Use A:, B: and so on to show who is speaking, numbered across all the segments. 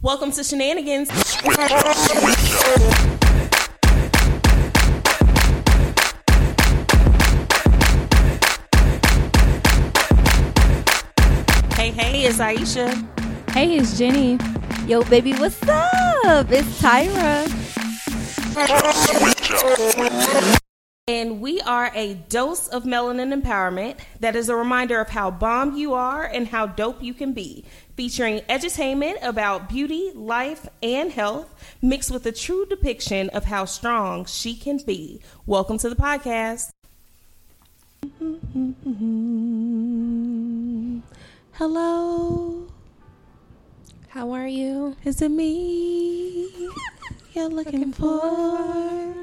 A: Welcome to Shenanigans. Hey, hey, it's Aisha.
B: Hey, it's Jenny.
C: Yo, baby, what's up? It's Tyra.
A: And we are a dose of melanin empowerment that is a reminder of how bomb you are and how dope you can be. Featuring edutainment about beauty, life, and health, mixed with a true depiction of how strong she can be. Welcome to the podcast. Hello,
B: How are you?
A: is it me you're looking for?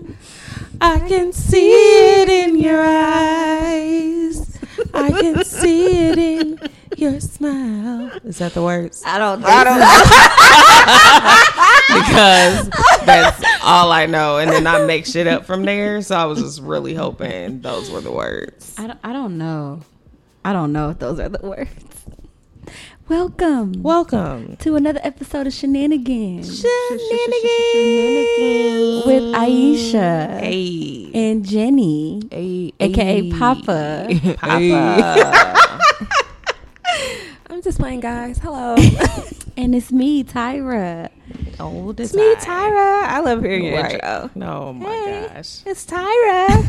A: I can see it in your eyes. I can see it in your smile. Is that the words?
C: I don't
D: I don't because that's all I know, and then I make shit up from there. So I was just really hoping those were the words.
C: I don't, I don't know. I don't know if those are the words. Welcome
A: Welcome.
C: to another episode of Shenanigans
A: Shenanigans.
C: with Aisha
A: Hey.
C: and Jenny, aka Papa.
B: I'm just playing, guys. Hello.
C: and it's me, Tyra.
A: Oh, this
B: Me, Tyra. I love hearing your
A: Right.
B: intro.
A: Oh my gosh.
B: It's Tyra.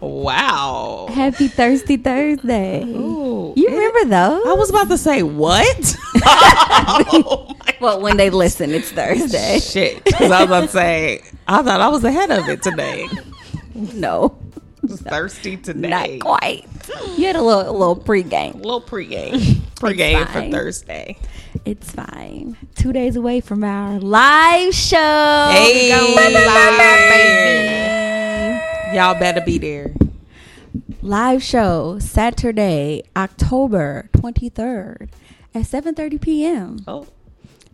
A: Wow.
C: Happy Thirsty Thursday.
A: Ooh.
C: You remember those?
A: I was about to say what?
D: Oh
C: well, when they listen, it's Thursday.
A: Shit. 'Cause I was about to say I thought I was ahead of it today.
C: no,
A: Just thirsty
C: not
A: today.
C: quite. You had a little, a little pregame.
A: little pregame. Pregame
C: It's
A: for
C: fine.
A: Thursday.
C: It's fine. Two days away from our live show.
A: Hey,
C: We're going
A: live.
C: live.
A: Y'all better be there.
C: Live show Saturday, October 23rd at 7:30 p.m.
A: Oh,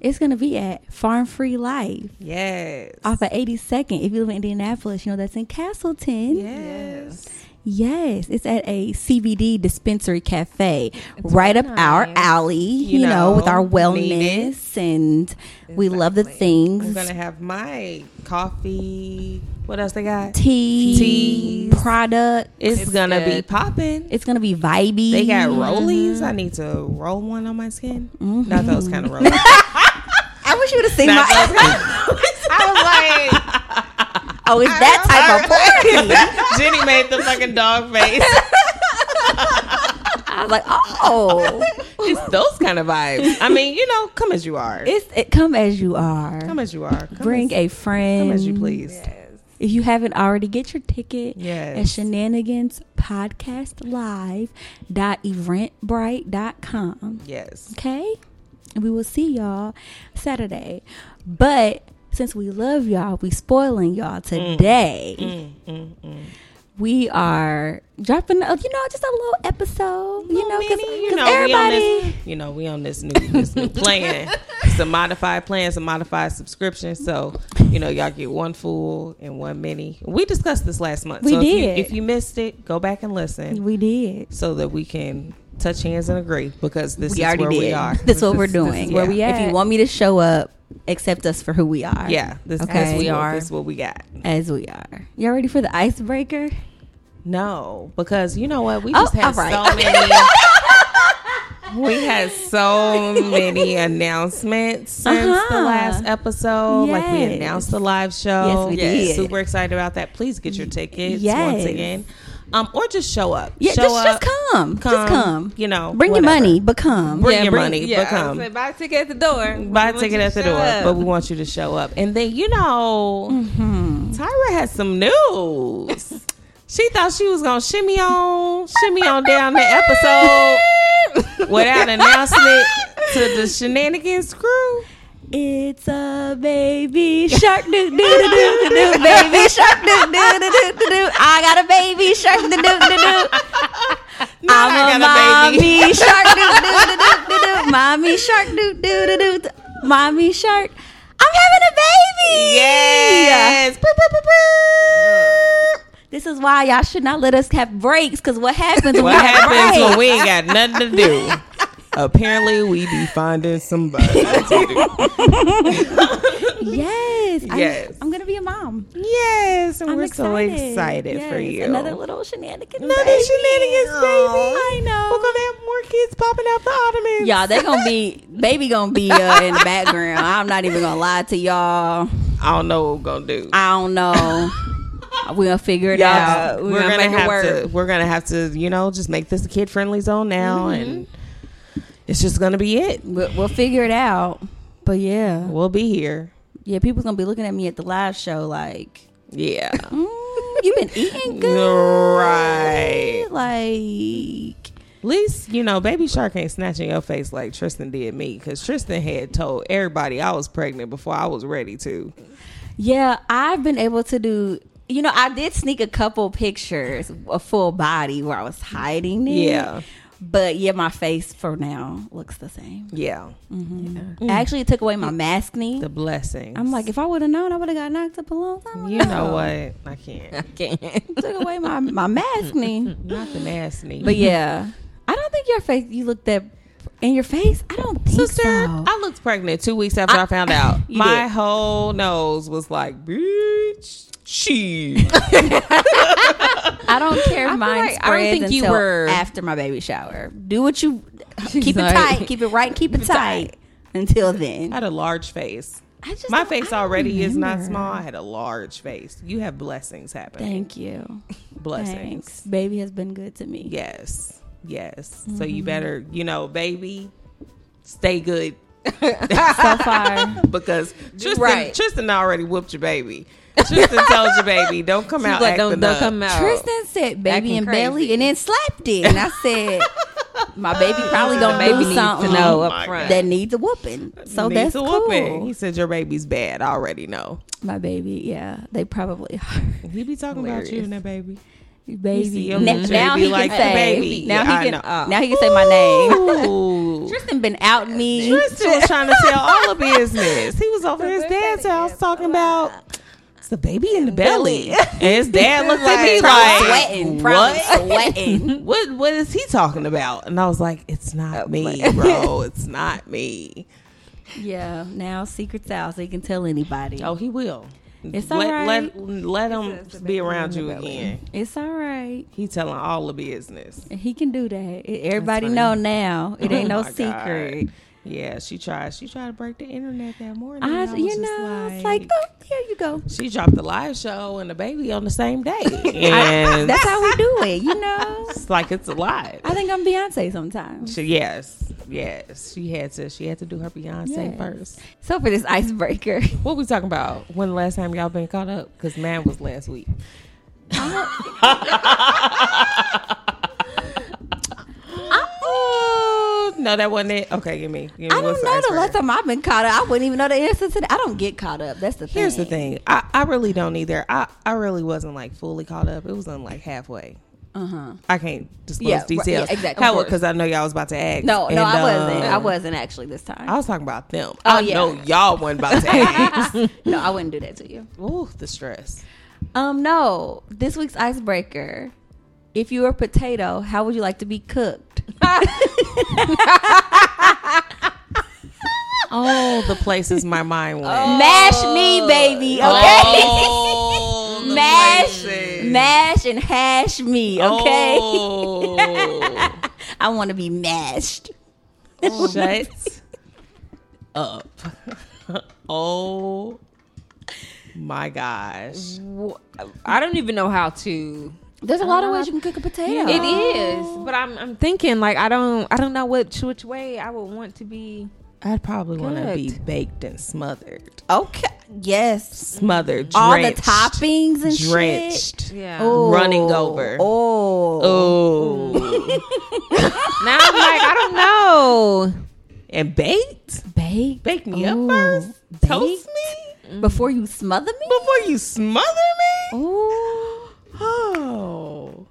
C: It's going to be at Farm Free Life
A: yes.
C: off of 82nd. If you live in Indianapolis, you know that's in Castleton.
A: Yes.
C: Yes, it's at a CBD dispensary cafe right up our alley, you, know, with our
A: know, need
C: wellness and we love the things.
A: I'm going to have my coffee. What else they got?
C: tea,
A: Teas.
C: product.
A: It's, going to be
D: good.
A: popping.
C: It's gonna be vibey.
A: They got rollies. I need to roll one on my skin. Not those kind of rollies.
C: I wish you would have seen
A: Not
C: my.
A: those I was like,
C: Oh, it's that type of party.
A: Jenny made the fucking dog face.
C: I was like, oh,
A: It's those kind of vibes. I mean, you know, come as you are.
C: it's it, come as you are.
A: Come as you are. Come
C: Bring
A: as,
C: a friend.
A: come as you please.
C: If you haven't already, get your ticket
A: Yes.
C: at shenanigans podcast live dot eventbrite.com.
A: Yes.
C: Okay? And we will see y'all Saturday. But since we love y'all, we spoiling y'all today. mm, We are dropping, a, you know, just a little episode, you know, because
A: Minnie, you know, we on this,
C: everybody,
A: you know, we on this new, this new plan. It's a modified plan. It's a modified subscription. So, you know, y'all get one full and one mini. We discussed this last month.
C: We
A: so If
C: did.
A: you, if you missed it, go back and listen
C: we did.
A: so that we can touch hands and agree because this
C: We
A: is
C: already
A: where
C: did.
A: we are.
C: This is what we're doing.
A: is where we
C: If you want me to show up, accept us for who we are.
A: Yeah. This,
C: Okay.
A: this, we
C: We
A: are.
C: are.
A: This is what we got.
C: As we are. Y'all ready for the icebreaker?
A: No, because you know what? We
C: Oh,
A: just had
C: all right.
A: so many. we had so many announcements since the
C: Uh-huh.
A: last episode. Like we
C: Yes.
A: announced the live show.
C: Yes, we did.
A: Super excited about that. Please get your tickets once
C: yes.
A: again. Um, or just show up.
C: Yeah,
A: show
C: just,
A: up.
C: just come. Just come.
A: You know,
C: Bring
A: whatever.
C: your money, but come.
A: Bring
D: Yeah,
A: your
D: bring-
A: money,
D: yeah,
A: but
D: I
A: come.
D: said buy a ticket at the door.
A: Buy a
D: We want
A: ticket
D: you
A: at the
D: to
A: door,
D: show up.
A: but we want you to show up. And then, you know,
C: Mm-hmm.
A: Tyra has some news. she thought she was going to shimmy on, shimmy on down the episode without announcing it to the shenanigans crew.
C: It's a baby shark doo doo doo doo doo doo baby shark doo doo doo doo doo doo. I got a baby shark doo doo doo doo.
A: Not I got
C: I'm a
A: a baby.
C: mommy shark doo doo doo doo doo doo. Mommy shark doo doo doo doo. doo. Mommy shark. I'm having a baby.
A: Yes. Boop, boop, boop, boop.
C: This is why y'all should not let us have breaks. Cause what happens? when
A: What
C: we have
A: happens
C: breaks?
A: when we ain't got nothing to do? Apparently, we be finding somebody. to do.
C: yes. I'm-
A: Yes.
C: I'm, gonna be a mom.
A: yes, and
C: I'm
A: we're so
C: excited.
A: excited for
C: Yes,
A: you.
C: Another little shenanigans.
A: Another
C: baby. Oh.
A: shenanigans, baby.
C: I know.
A: We're gonna have more kids popping out the ottomans.
C: Y'all, they gonna be baby gonna be uh, in the background. I'm not even gonna lie to y'all.
A: I don't know what we're gonna do.
C: I don't know. we gonna figure it out.
A: Y'all, we're gonna,
C: make it
A: have
C: work.
A: to. We're gonna have to. You know, just make this a kid friendly zone now,
C: Mm-hmm.
A: and it's just gonna be it.
C: We'll, we'll figure it out. But yeah,
A: We'll be here.
C: yeah, people's gonna be looking at me at the live show like,
A: Yeah.
C: mm, you been eating good,
A: right.
C: like.
A: At least you know, Baby Shark ain't snatching your face like Tristan did me, because Tristan had told everybody I was pregnant before I was ready to.
C: Yeah, I've been able to do. You know, I did sneak a couple pictures, a full body where I was hiding it.
A: Yeah.
C: But yeah, my face for now looks the same.
A: Yeah,
C: Actually, it took away my mask knee.
A: Mm. the blessings.
C: Mm. I'm like, if I would have known, I would have got knocked up a long time ago.
A: you know what? I can't.
C: It took away my, my mask knee.
A: Not the nasty.
C: But yeah, I don't think your face, you look that, in your face, I don't think
A: sister,
C: so.
A: I looked pregnant two weeks after I, found out.
C: You
A: My
C: did.
A: whole nose was like, bitch, she.
C: I don't care if mine
D: like-
C: spreads
D: I don't think you
C: until
D: were-
C: after my baby shower. Do what you, keep
D: like-
C: it tight, keep it right, keep, it tight. Until then.
A: I had a large face.
C: I just
A: My
C: don't-
A: face
C: I don't
A: already is not
C: remember.
A: small. I had a large face. You have blessings happening.
C: Thank you.
A: blessings.
C: Thanks. Baby has been good to me.
A: Yes. Yes. So
C: Mm-hmm.
A: you better, you know, baby, stay good
C: So far.
A: because Tristan,
D: Right.
A: Tristan already whooped your baby. Tristan told your baby, don't come out.
D: She's like, don't,
A: acting
D: don't
A: up."
D: come out.
C: Tristan said baby
D: Acting
C: and
D: crazy.
C: belly and then slapped it. And I said my baby probably gonna
D: Baby
C: baby
D: needs to
C: something
D: know up
A: Oh my
D: front.
C: that needs a whooping. So
A: Needs
C: that's
A: a whooping.
C: cool.
A: He said your baby's bad. I already know.
C: My baby, yeah, they probably are.
A: He be talking about you and that baby.
C: Baby,
A: your
C: now,
A: picture,
C: now
A: be
C: he
A: like,
C: can say.
A: "Baby."
C: Now
A: Yeah, I
C: he can.
A: know.
C: Now he can say my name.
A: Ooh.
C: Tristan been out me.
A: Tristan was trying to tell all of business. He was over his dad's house talking about it's the baby in the belly. And his dad looked at me like,
C: sweating, probably
A: what?
C: sweating.
A: What what is he talking about? And I was like, it's not me, bro. It's not me.
C: yeah, now secrets out, so you can tell anybody.
A: Oh, he will.
C: It's
A: let,
C: all
A: let let him be around you again.
C: It's all right.
A: He telling all the business.
C: He can do that. It- Everybody know now. It ain't
A: Oh
C: no
A: my
C: secret.
A: God. Yeah, she tried. She tried to break the internet that morning.
C: I,
A: I was
C: you
A: just
C: know, it's like, oh, here you go.
A: she dropped the live show and the baby on the same day. And
C: That's how we do it. You know.
A: it's like it's alive.
C: I think I'm Beyonce sometimes.
A: She, yes, yes. She had to she had to do her Beyonce
C: Yes.
A: first.
C: So for this icebreaker,
A: What we talking about? When the last time y'all been caught up? Because mine was last week. Oh no, that wasn't it. Okay, give me. Give me
C: I
A: what's
C: don't
A: the
C: know the
A: icebreaker?
C: last time I've been caught up. I wouldn't even know the answer to that. I don't get caught up. That's the thing.
A: Here's the thing. I, I really don't either. I, I really wasn't like fully caught up. It was on like halfway.
C: Uh huh.
A: I can't disclose
C: Yeah, right. Yeah,
A: details.
C: exactly. Of course.
A: Because I know y'all was about to ask.
C: No,
A: And,
C: no, I wasn't. I
A: um,
C: wasn't actually this time.
A: I was talking about them. Oh,
C: Oh,
A: I
C: yeah.
A: know y'all wasn't about to ask.
C: no, I wouldn't do that to you.
A: Ooh, the stress.
C: Um, no. This week's icebreaker. If you were a potato, how would you like to be cooked?
A: Oh, the places my mind went. Oh,
C: Mash me, baby. Okay. Oh.
A: the
C: mash,
A: places.
C: mash, and hash me. Okay.
A: Oh.
C: I want to be mashed.
A: Shut up. oh my gosh.
D: I don't even know how to.
C: There's a lot of ways you can cook a potato.
D: It is, but I'm I'm thinking like I don't I don't know which which way I would want to be.
A: I'd probably want to be
D: Good.
A: baked and smothered.
C: Okay. Yes.
A: Smothered.
C: All
A: drenched,
C: the toppings and shit.
A: Drenched.
D: Yeah.
C: Oh,
A: Running over.
C: Oh.
A: Oh.
D: Now I'm like I don't know.
A: and baked?
C: Bake.
A: Bake me
C: Ooh.
A: up first?
C: Baked?
A: Toast me?
C: Before you smother me?
A: Before you smother me?
C: Ooh.
A: Oh.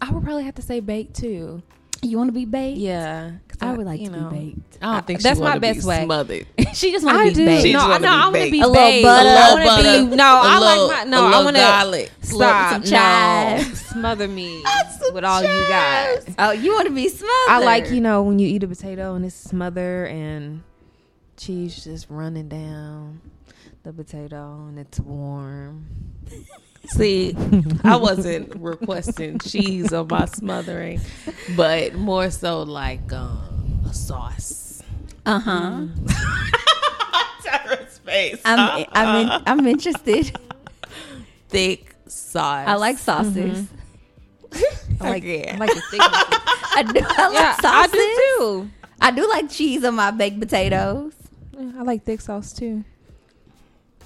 D: I would probably have to say bake too.
C: You want to be baked?
D: Yeah, 'cause
C: I would like
D: you
C: to
D: know.
C: be baked.
A: I don't think
D: That's
A: she
D: my
A: wanna be
D: best way.
A: Smothered.
C: She just
D: I
C: want to
D: do.
C: be baked.
A: She
D: No,
A: just
D: I
A: wanna
D: know.
A: be
D: I want to
A: baked.
D: be
C: A little
D: baked.
C: butter.
D: I
C: A
D: want to
A: little
D: be.
A: butter.
D: No,
A: A
D: I
A: little-
D: like my.
A: a
D: No, I
A: little
D: want
A: garlic.
D: to stop.
C: Some chives.
D: No, smother me with all you got.
C: Oh, you want to be smothered?
D: I like you know when you eat a potato and it's smother and cheese just running down the potato and it's warm.
A: See, I wasn't requesting cheese on my smothering, but more so like um, a sauce.
C: Uh huh.
A: Tyra's face.
C: I'm I'm
A: Uh-huh.
C: in, I'm interested.
A: Thick sauce.
C: I like sauces.
D: I like,
A: Again.
D: I like the thickness.
C: I do. I like
D: yeah,
C: sauces.
D: I do
C: I do like cheese on my baked potatoes.
D: too. Yeah, I like thick sauce too.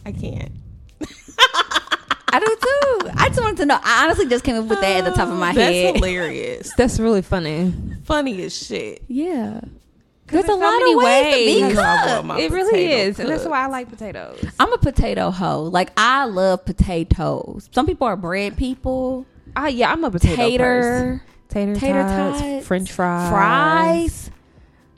A: I can't.
C: I do too. I just wanted to know. I honestly just came up with that at the top of my
A: That's
C: head.
A: hilarious.
D: That's really funny.
A: Funny as shit.
C: Yeah,
D: There's
C: a lot of ways to be
A: You know I want my
D: It really
A: potato
D: is, and that's
A: cooked.
D: why I like potatoes.
C: I'm a potato hoe. Like I love potatoes. Some people are bread people.
D: Ah, yeah, I'm a potato person.
C: Tater,
D: tater,
C: tater
D: tots,
C: tots,
D: French fries,
C: fries.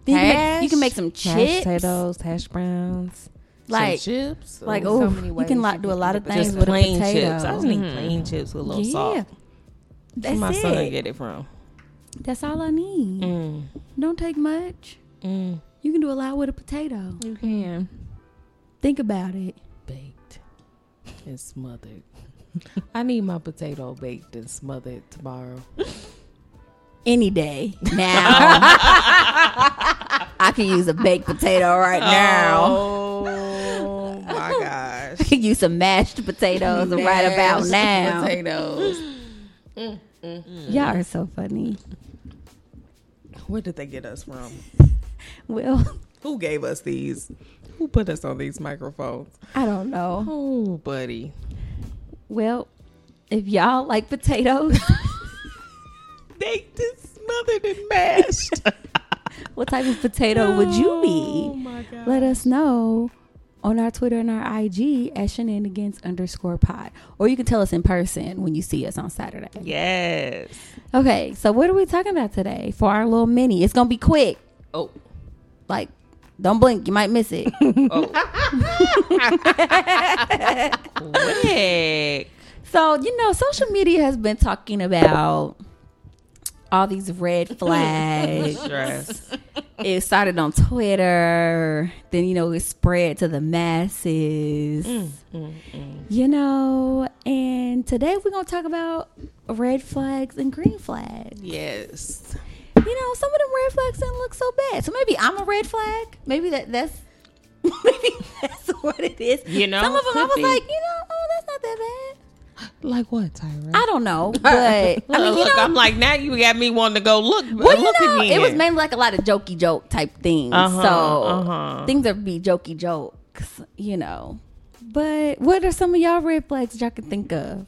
C: Then you, can make, you
D: hash,
C: can make some
D: mashed
C: chips.
D: potatoes, hash browns.
C: Like
A: Some chips.
C: like
D: So
C: oh,
D: many
C: you
D: ways
C: can
D: you
C: like, do a
D: can
C: lot
D: eat
C: of
D: a
C: things
A: just
C: with a
A: plain
C: potato.
A: chips. I just need plain chips with a little
C: yeah.
A: salt.
C: That's
A: my
C: it.
A: son get it from.
C: That's all I need.
A: Mm.
C: Don't take much.
A: Mm.
C: You can do a lot with a potato.
D: You can.
C: Think about it.
A: Baked and smothered. I need my potato baked and smothered tomorrow.
C: Any day now. I can use a baked potato right now.
A: Oh my gosh.
C: I can use some mashed potatoes right about
A: Mashed
C: now.
A: Potatoes.
C: Y'all are so funny.
A: Where did they get us from?
C: Well,
A: Who gave us these? Who put us on these microphones?
C: I don't know.
A: Oh, buddy.
C: Well, if y'all like potatoes,
A: Baked and smothered and mashed.
C: what type of potato would you
A: Oh
C: be?
A: my god.
C: Let us know on our Twitter and our IG at shenanigans underscore pod. Or you can tell us in person when you see us on Saturday.
A: Yes.
C: Okay, so what are we talking about today for our little mini? It's going to be quick.
A: Oh.
C: Like, don't blink, you might miss it.
A: Wick.
C: So, you know, social media has been talking about all these red flags.
A: Stress.
C: it started on Twitter, then, you know, it spread to the masses.
A: Mm,
C: You know, and today we're going to talk about red flags and green flags.
A: Yes.
C: You know, some of them red flags didn't look so bad. So maybe I'm a red flag. Maybe that that's maybe that's what it is.
A: You know,
C: some of them I
A: could
C: was
A: be.
C: like, you know, oh, that's not that bad.
A: Like what, Tyra?
C: I don't know, but I mean,
A: look,
C: you know,
A: I'm like now you got me wanting to go look.
C: well, you
A: look
C: know,
A: again.
C: it was mainly like a lot of jokey joke type things.
A: Uh-huh,
C: so
A: uh-huh.
C: things that be jokey jokes, you know. But what are some of y'all red flags y'all can think of?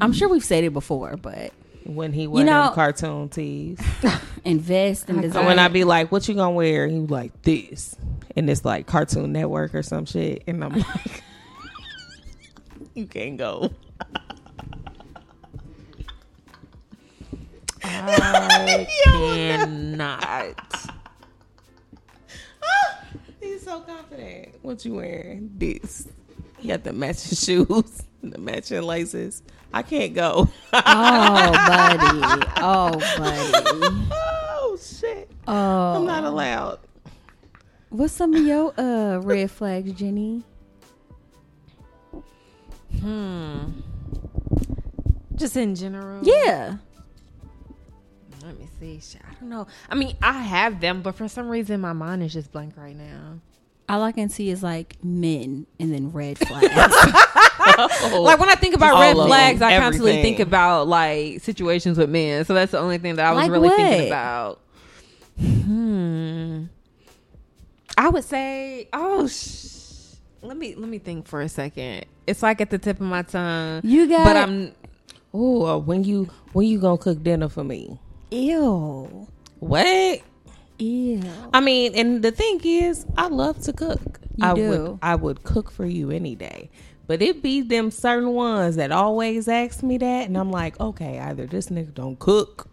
C: I'm sure we've said it before, but
A: when he wore you
C: know-
A: cartoon tees.
C: invest in
A: So when
C: design.
A: I be like, "What you gonna wear?" He was like this, and it's like Cartoon Network or some shit, and I'm like, "You can't go."
D: Cannot.
A: He's so confident. What you wearing? This. You got the matching shoes, the matching laces. I can't go.
C: oh, buddy. Oh, buddy.
A: oh shit! I'm
C: Oh,
A: not allowed.
C: what's some of your uh, red flags, Jenny?
D: Hmm. Just in general.
C: Yeah.
D: Let me see. Shit, I don't know. I mean, I have them, but for some reason, my mind is just blank right now.
C: All I can see is like men and then red flags.
D: Like when I think about
A: Oh, All
D: red
A: of them.
D: flags, I constantly
A: Everything.
D: think about like situations with men. So that's the only thing that I was
C: Like
D: really
C: what?
D: thinking about. Hmm. I would say, oh, sh- let me let me think for a second. It's like at the tip of my tongue.
C: You got-
D: but I'm
A: Ooh, or when you when you gonna cook dinner for me?
C: Ew.
A: What?
C: Ew.
A: I mean, and the thing is, I love to cook.
C: You
A: I
C: do.
A: would I would cook for you any day. But it be them certain ones that always ask me that and I'm like, okay, either this nigga don't cook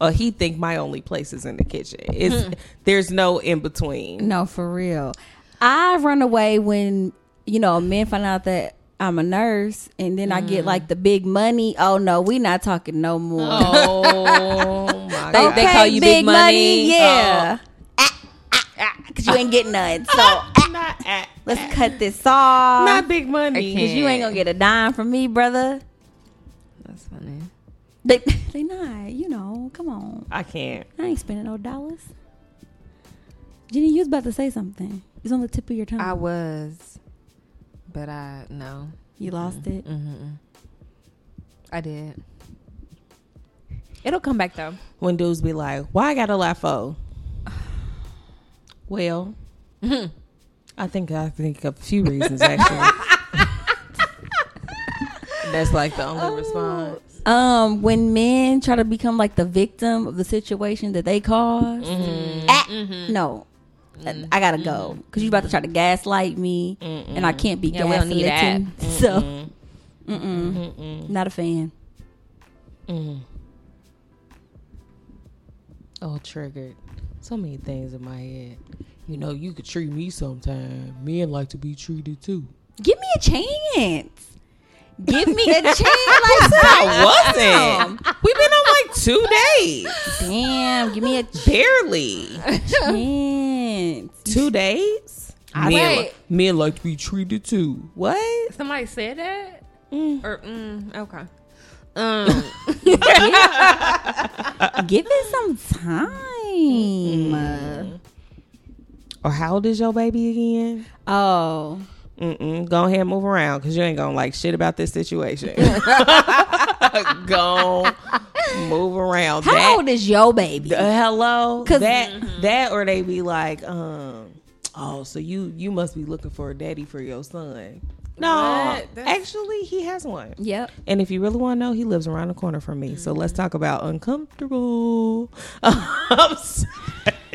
A: or he think my only place is in the kitchen. It's there's no in between.
C: No, for real. I run away when you know men find out that I'm a nurse, and then I get like the big money. Oh no, we not talking no more.
D: Oh
C: They,
D: my god.
C: they call you big, money, yeah. Ah, ah, ah, Cause you ain't getting none. So ah,
A: Not at,
C: let's cut this off.
A: not big money.
C: Cause you ain't gonna get a dime from me, brother.
D: That's funny.
C: They, they not. You know, come on.
A: I can't.
C: I ain't spending no dollars. Jenny, you was about to say something. It's on the tip of your tongue.
D: I was, but I no.
C: you lost it.
D: Mm-hmm. I did. It'll come back though.
A: When dudes be like, "Why I gotta laugh oh?" Well, Hmm. I think I think a few reasons actually. That's like the only response.
C: Um, when men try to become like the victim of the situation that they caused,
D: Mm-hmm.
C: Ah, no, I gotta go because you about to try to gaslight me, and I can't be
D: Yeah, we don't need that.
C: gaslighting. So, mm-mm. not a fan.
A: Mm-hmm. Oh, triggered. So many things in my head. You know, you could treat me sometime. Men like to be treated too.
C: Give me a chance. Give me a chance. Like, stop.
A: Wasn't. We've been on like two days.
C: Damn, give me a chance.
A: Barely. Two days?
D: I
A: men,
D: wait.
A: men like to be treated too. What?
D: Somebody said that. Or mm, okay. Um,
C: Give it some time.
A: Or how old is your baby again?
C: Oh.
A: Mm-mm. Go ahead and move around because you ain't going to like shit about this situation. go move around.
C: How
A: That-
C: old is your baby?
A: Uh, hello
C: 'Cause-
A: that
D: Mm-hmm.
A: that or they be like um oh so you you must be looking for a daddy for your son no
D: What? That's-
A: actually he has one
C: yep.
A: and if you really want to know he lives around the corner from me so let's talk about uncomfortable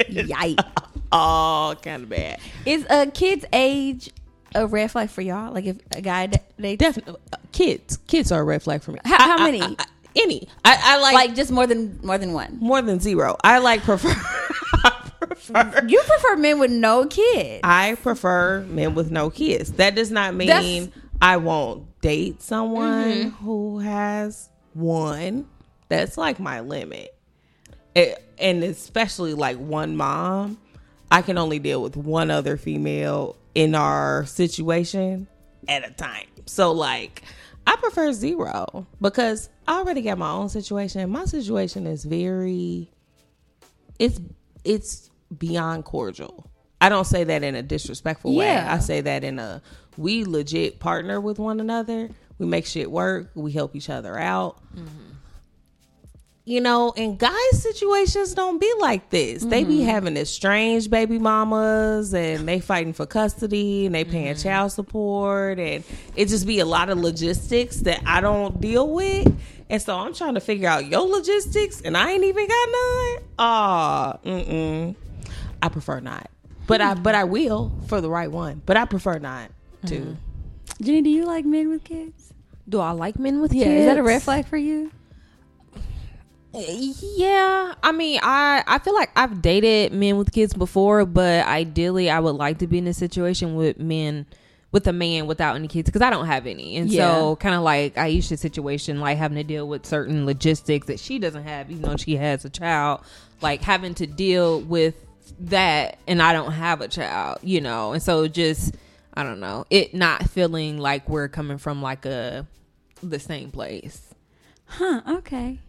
C: Yikes.
A: oh kind of bad
C: Is a kid's age a red flag for y'all? Like if a guy d- they
A: definitely uh, kids kids are a red flag for me
C: How- how many?
A: I- any I, I like,
C: like just more than more than one.
A: more than zero i like prefer I prefer
C: You prefer men with no kid.
A: I prefer men with no kids. That does not mean
C: That's-
A: I won't date someone who has one. That's like my limit. It, and especially like one mom, I can only deal with one other female in our situation at a time. So like I prefer zero because I already got my own situation. My situation is very it's it's beyond cordial. I don't say that in a disrespectful way.
C: Yeah.
A: I say that in a we legit partner with one another. We make shit work. We help each other out. You know, and guys' situations don't be like this. They be having estranged baby mamas and they fighting for custody and they paying child support and it just be a lot of logistics that I don't deal with. And so I'm trying to figure out your logistics and I ain't even got none. Ah, mm-mm. I prefer not. But I but I will for the right one. But I prefer not to.
C: Jenny, do you like men with kids?
D: do I like men with
C: Yeah.
D: kids?
C: Is that a red flag for you?
D: Yeah, I mean, I I feel like I've dated men with kids before, but ideally, I would like to be in a situation with men with a man without any kids because I don't have any, and
C: Yeah.
D: so kind of like Aisha's situation, like having to deal with certain logistics that she doesn't have, even though she has a child, like having to deal with that, and I don't have a child, you know, and so just I don't know, it not feeling like we're coming from like a the same place.
C: Huh, okay.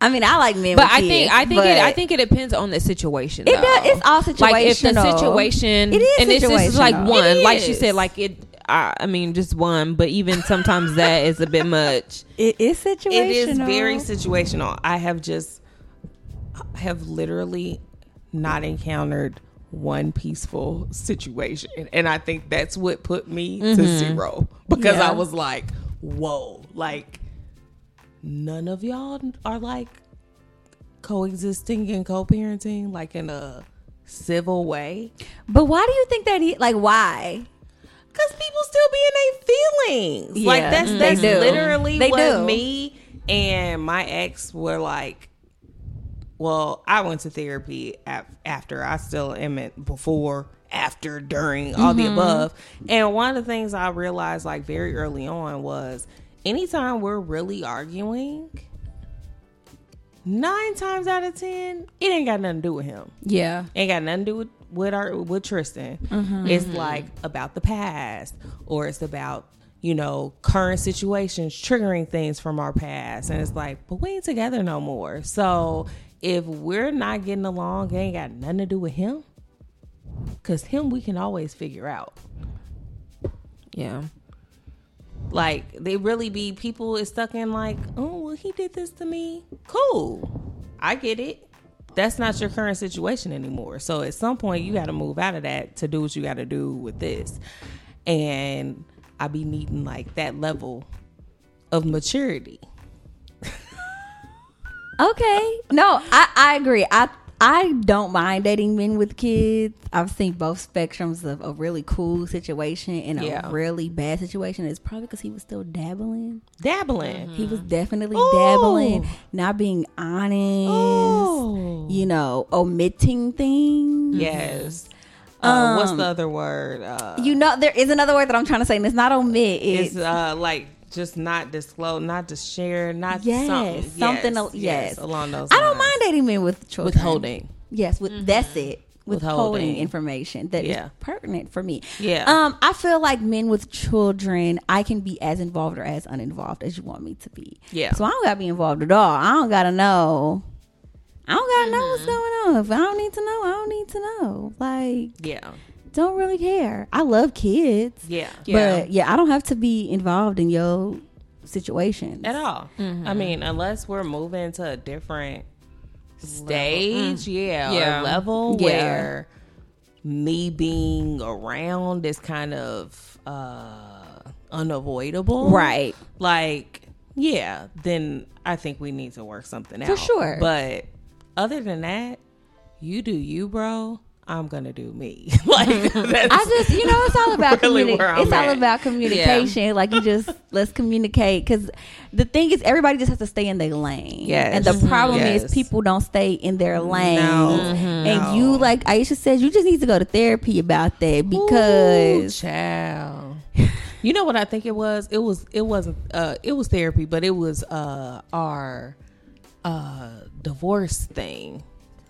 C: I mean, I like men
D: but
C: with
D: I
C: kids.
D: think I think
C: but
D: it I think it depends on the situation.
C: It does-
D: though.
C: it's all
D: Like if the
C: situational.
D: situation
C: It is
D: and it's just like
C: situational.
D: one,
C: It
D: like she said,
C: is.
D: like it. I, I mean, just one. But even sometimes that is a bit much.
C: it is situational.
A: It is very situational. I have just I have literally not encountered one peaceful situation, and I think that's what put me to zero because I was like, "Whoa!" Like none of y'all are like coexisting and co-parenting like in a civil way
C: But why do you think that? He, like, why?
A: because people still be in their feelings. like
C: Yeah, mm-hmm.
A: that's
C: they
A: that's
C: do.
A: literally
C: They
A: what
C: do.
A: me and my ex were like. Well, I went to therapy af- after. I still am at before, after, during, all
C: Mm-hmm.
A: the above. And one of the things I realized like very early on was anytime we're really arguing, nine times out of ten, it ain't got nothing to do with him
C: Yeah.
A: ain't got nothing to do with with our with Tristan. It's like about the past, or it's about you know current situations triggering things from our past, and it's like, but we ain't together no more. So if we're not getting along, it ain't got nothing to do with him. Cause him, we can always figure out.
D: Yeah.
A: Like they really be people is stuck in like, oh well, he did this to me. Cool, I get it. That's not your current situation anymore. So at some point you got to move out of that to do what you got to do with this. And I be needing like that level of maturity.
C: Okay. No, I, I agree. I I don't mind dating men with kids. I've seen both spectrums of a really cool situation and a
A: Yeah.
C: really bad situation. It's probably because he was still dabbling.
A: Dabbling.
C: He was definitely dabbling, not being honest,
A: Ooh.
C: you know, omitting things.
A: Yes. Uh,
C: Um,
A: what's the other word? Uh,
C: You know, there is another word that I'm trying to say, and it's not omit.
A: it's
C: It's,
A: uh, like just not disclose, not to share, not
C: yes,
A: something.
C: something. al- yes.
A: along those.
C: I don't
A: lines.
C: mind dating men with children.
A: withholding.
C: Yes, with
A: Mm-hmm.
C: that's it. Withholding,
A: Withholding.
C: information that is
A: Yeah.
C: pertinent for me.
A: Yeah.
C: Um, I feel like men with children, I can be as involved or as uninvolved as you want me to be.
A: Yeah.
C: So I don't gotta be involved at all. I don't gotta know. I don't gotta know what's
A: Mm-hmm.
C: going on. If I don't need to know, I don't need to know. Like,
A: Yeah.
C: don't really care. I love kids.
A: Yeah.
C: But yeah, I don't have to be involved in your situation.
A: At all. I mean, unless we're moving to a different stage, yeah,
D: Yeah.
A: or level
C: Yeah.
A: where me being around is kind of uh unavoidable.
C: Right.
A: Like, yeah, then I think we need to work something out.
C: sure.
A: But other than that, you do you, bro. I'm gonna do me. like that's
C: I just, you know, it's all about
A: Really
C: communi-
A: where I'm
C: it's all
A: at.
C: about communication. Like you just let's communicate because the thing is, everybody just has to stay in their lane.
A: Yes. Mm-hmm.
C: and the problem
A: Yes.
C: is people don't stay in their lane.
A: No.
C: And you, like Aisha says, you just need to go to therapy about that
A: Ooh,
C: because
A: child. you know what I think it was? It was it wasn't uh it was therapy, but it was uh our uh divorce thing.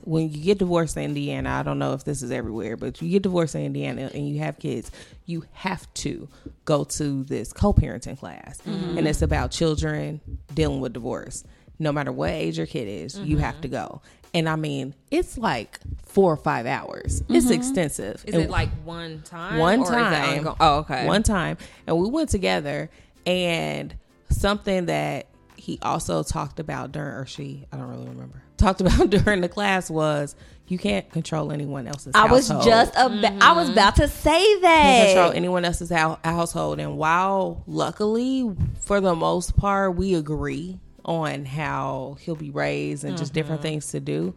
A: When you get divorced in Indiana, I don't know if this is everywhere, but you get divorced in Indiana and you have kids, you have to go to this co-parenting class.
D: Mm-hmm.
A: And it's about children dealing with divorce. No matter what age your kid is, you
D: Mm-hmm.
A: have to go. And I mean, it's like four or five hours. It's extensive.
D: Mm-hmm. Is
A: And-
D: it like one time?
A: one
D: or is it
A: time.
D: ongo- oh, okay.
A: One time, and we went together, and something that he also talked about during, or she, I don't really remember, talked about during the class was you can't control anyone else's.
C: I was
A: household.
C: just about, I was about to say
A: You
C: that.
A: control anyone else's hou- household, and while luckily, for the most part, we agree on how he'll be raised and just
D: Mm-hmm.
A: different things to do.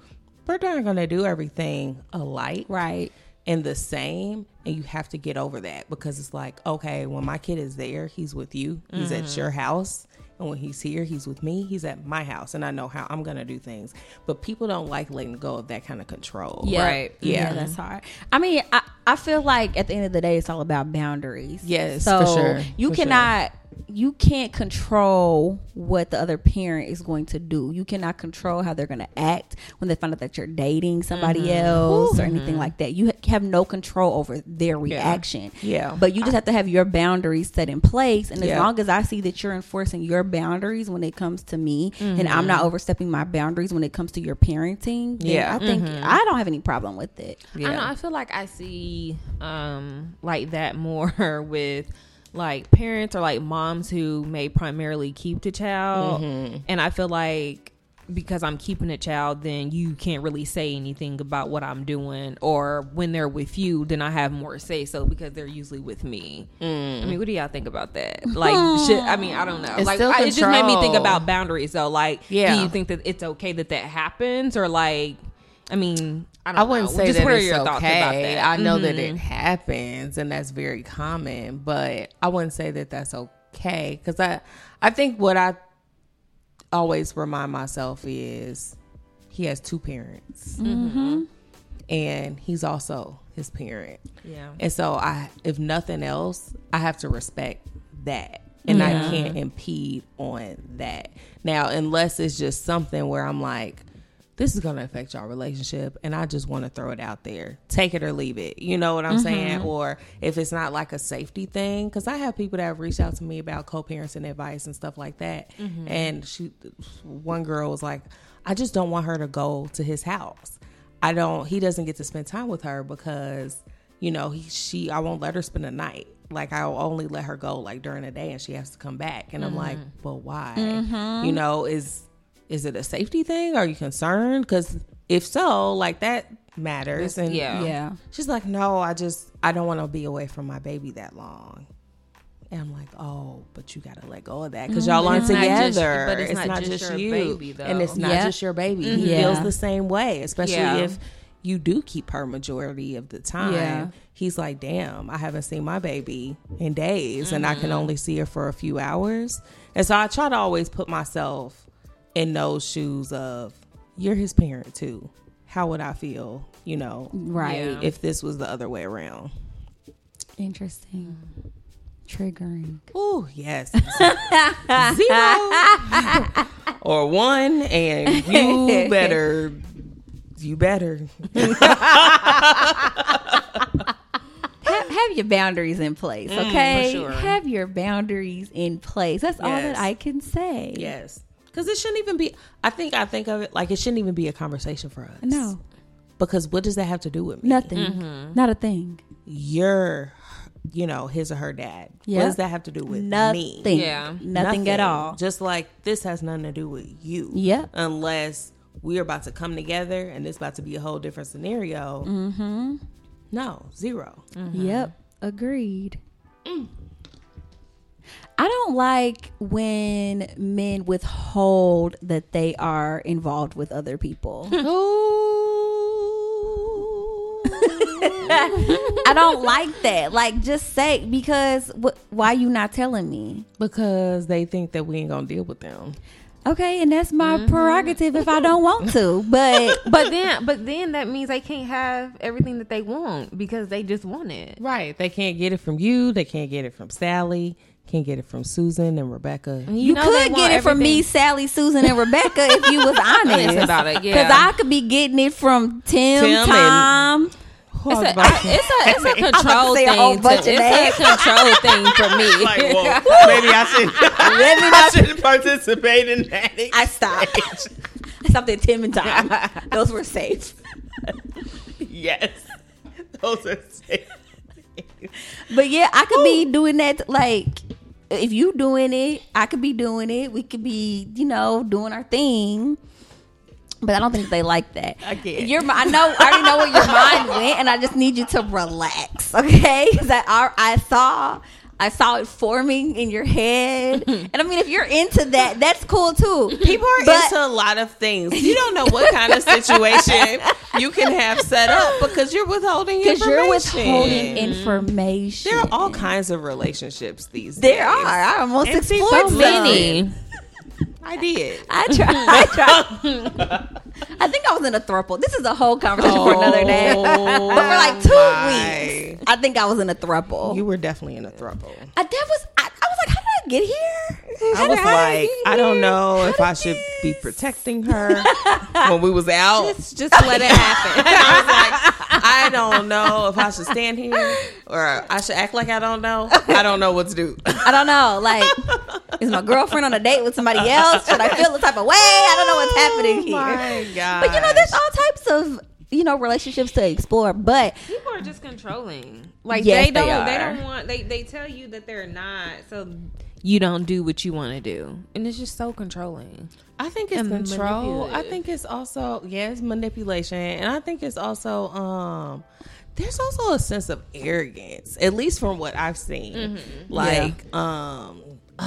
A: We're not gonna do everything alike,
C: Right.
A: and the same and you have to get over that because it's like okay when my kid is there he's with you he's at your house and when he's here he's with me he's at my house and i know how i'm gonna do things but people don't like letting go of that kind of control
D: Right.
A: Yeah.
C: that's hard. I mean, I, I feel like at the end of the day, it's all about boundaries.
A: Yes,
C: so
A: for sure,
C: you
A: for sure.
C: cannot, you can't control what the other parent is going to do. You cannot control how they're going to act when they find out that you're dating somebody
A: Mm-hmm.
C: else or anything like that. You ha- have no control over their reaction.
A: Yeah.
C: but you just have to have your boundaries set in place. And as
A: Yeah.
C: long as I see that you're enforcing your boundaries when it comes to me, and I'm not overstepping my boundaries when it comes to your parenting, then
A: Mm-hmm. Yeah. Mm-hmm.
C: I think I don't have any problem with it.
D: I know. I feel like I see um like that more with like parents or like moms who may primarily keep the child,
A: Mm-hmm.
D: and I feel like because I'm keeping a child, then you can't really say anything about what I'm doing, or when they're with you, then I have more say so because they're usually with me. I mean, what do y'all think about that? Like, shit. I mean, I don't know.
A: Mm. It's
D: like,
A: still
D: I, it just made me think
A: control.
D: about boundaries. though. like,
A: Yeah.
D: do you think that it's okay that that happens, or like, I mean, I don't
A: I wouldn't
D: know.
A: say
D: Just
A: that
D: what are
A: it's
D: your
A: okay.
D: thoughts about that? Mm-hmm.
A: I know that it happens, and that's very common. But I wouldn't say that that's okay because I, I think what I always remind myself is he has two parents,
D: Mm-hmm.
A: and he's also his parent.
D: Yeah.
A: And so I, if nothing else, I have to respect that, and I can't impede on that. Now, unless it's just something where I'm like, this is going to affect your relationship, and I just want to throw it out there, take it or leave it. You know what I'm saying? Or if it's not like a safety thing, because I have people that have reached out to me about co-parenting advice and stuff like that, and she, one girl was like, I just don't want her to go to his house. I don't. He doesn't get to spend time with her because you know he she. I won't let her spend a night. Like I'll only let her go like during the day, and she has to come back. And I'm like, but why? You know, is is it a safety thing? Are you concerned? Because if so, like that matters. And
D: yeah.
C: Yeah.
A: she's like, no, I just I don't want to be away from my baby that long. And I'm like, oh, but you gotta let go of that because y'all aren't
D: not
A: together.
D: just-
A: but it's, not, just,
D: your
A: you,
D: baby, though.
A: and it's not
C: Yeah.
A: just your baby. He
C: Yeah.
A: feels the same way, especially
D: Yeah.
A: if you do keep her majority of the time.
C: Yeah.
A: He's like, damn, I haven't seen my baby in days, and I can only see her for a few hours. And so I try to always put myself in those shoes of you're his parent too. How would I feel? You know,
C: Right.
D: Yeah.
A: if this was the other way around.
C: Interesting. Triggering.
A: Ooh, yes. Zero or one, and you better, you better.
C: have, have your boundaries in place,
A: Mm,
C: okay?
D: sure.
C: Have your boundaries in place. That's all
A: Yes.
C: that I can say.
A: Yes, because it shouldn't even be. I think I think of it like it shouldn't even be a conversation for us.
C: No,
A: because what does that have to do with me?
C: nothing.
A: Mm-hmm.
C: Not a thing.
A: You're, you know, his or her dad.
C: Yeah.
A: What does that have to do with me?
C: Nothing.
D: Yeah.
C: Nothing, at all.
A: Just like this has nothing to do with you.
C: Yep.
A: Unless we're about to come together and it's about to be a whole different scenario. Mm-hmm. No, zero.
C: Mm. Yep. Agreed. Mm. I don't like when men withhold that they are involved with other people. I don't like that. Like, just say because wh- why you not telling me?
A: Because they think that we ain't gonna deal with them.
C: Okay, and that's my prerogative if I don't want to. But
D: But then, but then that means they can't have everything that they want because they just want it.
A: Right. They can't get it from you. They can't get it from Sally. Can't get it from Susan and Rebecca.
C: You,
D: know they
C: could
D: want
C: get it from me,
D: everything-
C: Sally, Susan, and Rebecca if you was honest,
D: Honest about it, yeah.
C: Because I could be getting it from Tim,
A: Tim and-
C: Tom.
D: It's a, I, it's a, it's a
C: about to
D: control
C: say a
D: thing.
C: whole
D: to-
C: bunch of
D: it's a control thing for me.
A: maybe I should.
C: Let me
A: I shouldn't participate in that.
C: I stopped. I stopped at Tim and Tom. Those were safe.
A: Yes. Those are safe.
C: But yeah, I could be doing that. Like, if you doing it, I could be doing it. We could be, you know, doing our thing. But I don't think they like that. I
A: can't.
C: Your, mi- I know. I already know where your mind went, and I just need you to relax, okay? Because I, I, I saw. I saw it forming in your head. And I mean, if you're into that, that's cool too.
A: People are
C: But-
A: into a lot of things. You don't know what kind of situation you can have set up because you're withholding
C: Because
A: information.
C: you're withholding information.
A: There are all kinds of relationships these days.
C: There are. I almost
A: And see,
C: explored
A: what's
C: some.
D: Many.
A: I did.
C: I tried. I tried. I think I was in a throuple. This is a whole conversation for another day. But for like two
A: Oh my.
C: weeks, I think I was in a throuple.
A: You were definitely in a throuble.
C: I, that was. I, I was like, how did I get here?
A: I was like, I don't know if I should be protecting her when we was out.
D: Just, just let it happen.
A: I was like, I don't know if I should stand here or I should act like I don't know. I don't know what to do.
C: I don't know. Like, is my girlfriend on a date with somebody else? Should I feel the type of way? I don't know what's happening here.
A: Oh my god!
C: But you know, there's all types of you know relationships to explore. But
D: People are just controlling. Like
C: Yes,
D: they don't.
C: they
D: They,
C: are.
D: don't want. They they tell you that they're not. So you don't do what you want to do, and it's just so controlling.
A: I think it's
D: and
A: control. I
D: manipulative.
A: think it's also yes, manipulation, and I think it's also um. There's also a sense of arrogance, at least from what I've seen.
C: Mm-hmm.
A: Like, um,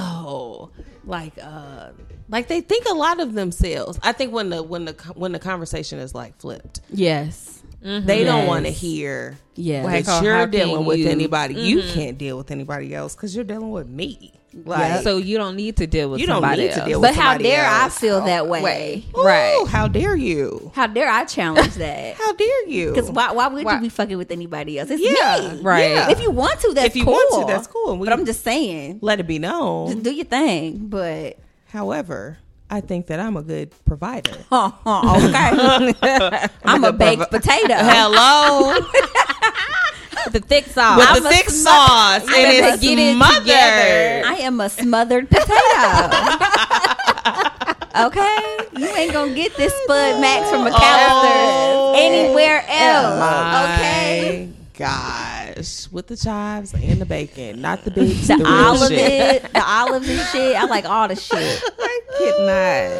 A: oh, like, uh, like they think a lot of themselves. I think when the when the co- when the conversation is like flipped,
C: yes,
A: they don't
C: Yes.
A: want to hear
C: yes,
A: like
D: Like, oh,
A: you're
D: how
A: dealing
D: can
A: with
D: you-
C: Mm-hmm.
A: anybody. You can't deal with anybody else because you're dealing with me. Like,
D: so you don't need to deal with
A: You don't
D: somebody
A: need to
D: else.
A: deal
C: But
A: with
C: how
A: somebody
C: dare I
A: else.
C: feel that way?
D: way.
A: Ooh,
D: Right.
A: How dare you?
C: How dare I challenge that?
A: How dare you?
C: Because why, why would
D: Why-
C: you be fucking with anybody else? It's
A: Yeah,
C: me.
D: right.
A: yeah.
C: If you want to, that's
A: If you
C: cool.
A: want to, that's cool. We-
C: but I'm just saying,
A: let it be known.
C: just do your thing. But
A: However, I think that I'm a good provider.
C: okay, I'm a baked potato.
A: Hello,
C: the thick sauce.
A: with
C: I'm
A: the
C: a
A: thick
C: sm-
A: sauce and
C: I'm a
A: it's
C: get it
A: smothered.
C: I am a smothered potato. okay, you ain't gonna get this Spud Max from McAllister
A: Oh.
C: anywhere else.
A: My
C: okay,
A: gosh, with the chives and the bacon, not the big
C: the olive,
A: shit.
C: it, the olives and shit. I like all the shit.
A: I could not.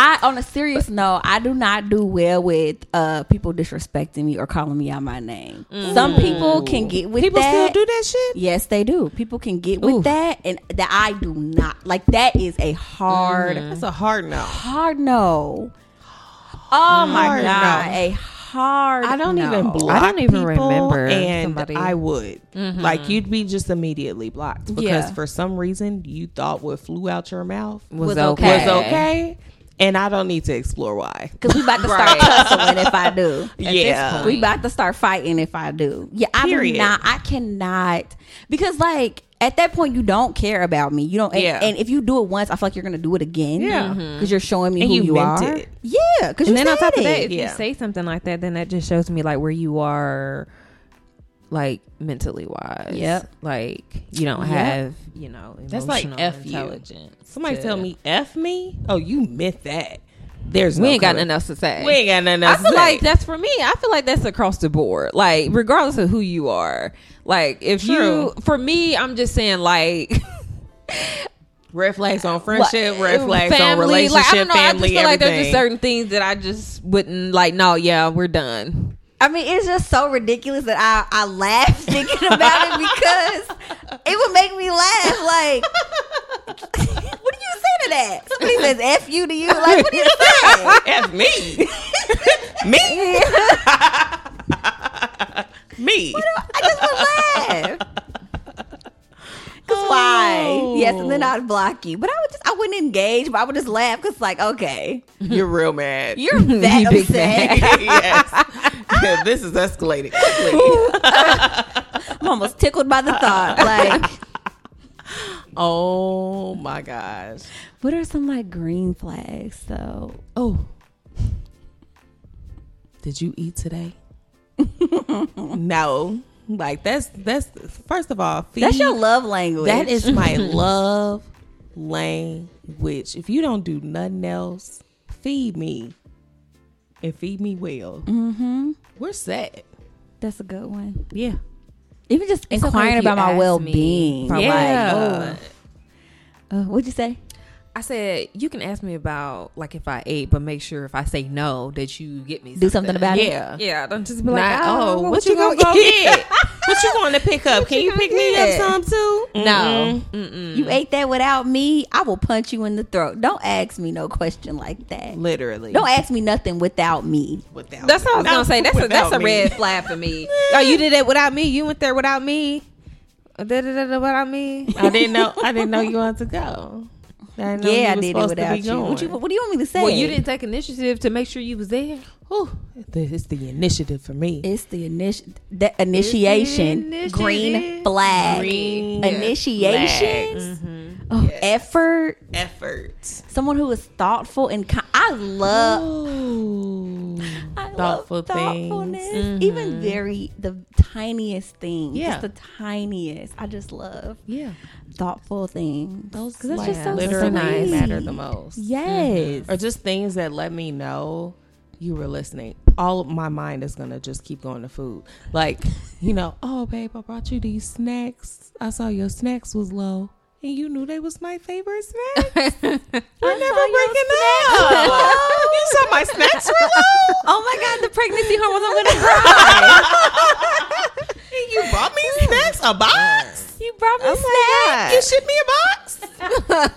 C: I on a serious note, I do not do well with uh people disrespecting me or calling me out my name. Some people can get with
A: People
C: that.
A: still do that shit.
C: Yes, they do. People can get with that, and that I do not. Like that is a hard,
A: That's a hard no.
C: hard no. Oh my
A: Hard
C: god,
A: no.
C: a hard.
A: I don't
C: no.
A: even block.
D: I don't even
A: people,
D: remember
A: and
D: somebody- Mm-hmm.
A: I would like you'd be just immediately blocked because
C: Yeah.
A: for some reason you thought what flew out your mouth
D: was,
C: was
D: okay.
C: okay.
A: was okay, and I don't need to explore why.
C: because we about to start tussling if I do.
A: yeah,
C: We about to start fighting if I do. Yeah, I
A: Period.
C: do not. I cannot because like at that point you don't care about me. You don't. And,
A: Yeah.
C: and if you do it once, I feel like you're gonna do it again.
A: Yeah.
C: because you're showing me
A: And
C: who
A: you
C: you,
A: meant
C: are.
A: it.
C: Yeah, because
D: And
C: you
D: then on
C: said
D: top of that,
C: it.
D: if
A: Yeah.
D: you say something like that, then that just shows me like where you are, like mentally wise.
C: Yep.
D: Like you don't have you know emotional
A: That's like F you.
D: intelligence.
A: Somebody
D: to-
A: tell me F me. Oh, you meant that. There's
D: we
A: no
D: ain't got
A: coming-
D: nothing else to say.
A: We ain't got nothing
D: I
A: else.
D: feel
A: to
D: like
A: say.
D: that's for me. I feel like that's across the board. Like regardless of who you are. Like if
A: True.
D: you for me, I'm just saying like
A: red flags on friendship, red flags on
D: family,
A: relationship,
D: like, I don't know. I just
A: family,
D: feel like there's just
A: everything.
D: certain things that I just wouldn't like. No, yeah, we're done.
C: I mean, it's just so ridiculous that I, I laugh thinking about it because it would make me laugh. Like, what do you say to that? Somebody says F you to you. Like, what do you say?
A: F me, me, me.
C: I just would laugh. Cause
A: Oh.
C: why? Yes, and then I'd block you. But I would just I wouldn't engage, but I would just laugh because like, okay.
A: You're real mad.
C: You're that
D: You big
C: upset.
A: yes. Yeah, this is escalating. quickly.
C: I'm almost tickled by the thought. Like
A: oh my gosh.
C: what are some like green flags though?
A: Oh. Did you eat today? no. Like that's that's first of all, feed,
C: That's your love language.
A: That is my love language. If you don't do nothing else, feed me. And feed me well. Mm-hmm. We're set.
C: that's a good one.
A: Yeah.
C: Even just
D: okay
C: inquiring
D: if you
C: about my
D: ask
C: well being.
D: me for
C: uh,
A: Yeah.
C: what'd you say?
D: I said you can ask me about like if I ate, but make sure if I say no that you get me
C: Do something about it.
A: Yeah.
D: Yeah, don't just be like,
A: Not,
D: oh, what,
A: you gonna, go
D: get?
A: get? what you going to pick up? Can you, pick me
C: get?
A: up some too? Mm-hmm.
D: No, Mm-mm.
C: You ate that without me, I will punch you in the throat. Don't ask me no question like that.
A: Literally.
C: Don't ask me nothing without me.
A: Without
D: that's what I was
A: No,
D: gonna say. That's a, that's
A: without
D: a
A: me.
D: red flag for me. oh, you did that without me. You went there without me. Da, da, da, da, without me.
A: I didn't know. I didn't know you wanted to go. I didn't know you
C: Yeah, I
A: was
C: did it
A: supposed to be
C: without you. What, you.
A: going.
C: what do you want me to say?
D: Well, you didn't take initiative to make sure you was there.
A: Whew, th- it's the initiative for me.
C: It's the, initi- the initiation.
D: initiative.
C: Green flag.
A: Green
C: Initiation. Oh, Effort.
A: effort.
C: Someone who is thoughtful and kind. I love.
A: Ooh,
C: I
A: thoughtful
C: love
A: things. Mm-hmm.
C: thoughtfulness. Even very the tiniest thing.
A: Yeah.
C: Just the tiniest. I just love
A: Yeah,
C: thoughtful things. Those because that's just so
A: literally
C: sweet.
A: matter the most,
C: Yes.
A: or just things that let me know you were listening. All of my mind is gonna just keep going to food, like you know. Oh, babe, I brought you these snacks. I saw your snacks was low, and you knew they was my favorite snack. We're never breaking up. you saw my snacks were low.
C: Oh my God, the pregnancy hormones. I'm gonna cry.
A: You brought me snacks, a box.
C: You brought me snack.
A: You shipped me a box.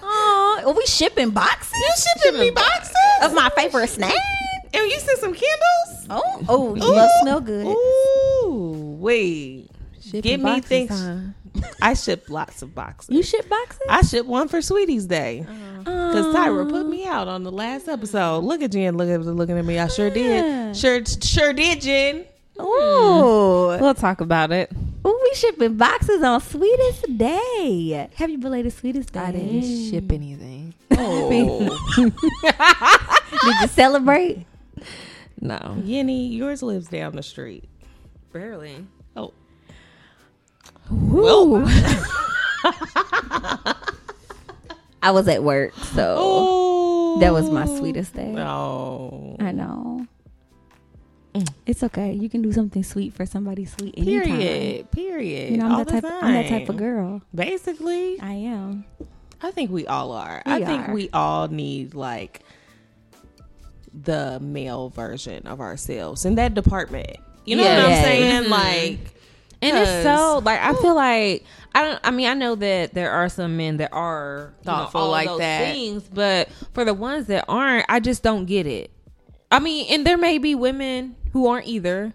C: Aw, are we shipping boxes?
A: You shipping me boxes
C: of my favorite snack.
A: and you sent some candles.
C: Oh, oh, you love smell good.
A: Ooh, wait. Give me things. I ship lots of boxes.
C: You ship boxes?
A: I shipped one for Sweetie's Day because
C: Uh-huh.
A: Tyra put me out on the last episode. Look at Jen, look at looking at me. I sure did, sure sure did, Jen. Hmm.
C: Oh,
D: We'll talk about it.
C: we shipping boxes on sweetest day. Happy belated sweetest day. Mm.
D: ship anything.
A: Oh.
C: Did you celebrate?
D: No.
A: Yenny, yours lives down the street.
D: Barely.
A: Oh,
C: Woo. I was at work, so
A: Oh.
C: that was my sweetest day.
A: no.
C: I know.
A: Mm.
C: It's okay. You can do something sweet for somebody sweet anytime.
A: Period. Period.
C: You know, I'm
A: All
C: that
A: the
C: type. I'm that type
A: time.
C: of girl.
A: Basically,
C: I am.
A: I think we all are.
C: We
A: I think
C: are.
A: we all need like the male version of ourselves in that department. You know what I'm
C: Yes. Mm-hmm.
A: saying? Like,
D: And it's
A: 'Cause-
D: so like I feel like I don't. I mean, I know that there are some men that are you know,
A: Thoughtful
D: all
A: like
D: those
A: that.
D: Things, but for the ones that aren't, I just don't get it. I mean, and there may be women who aren't either.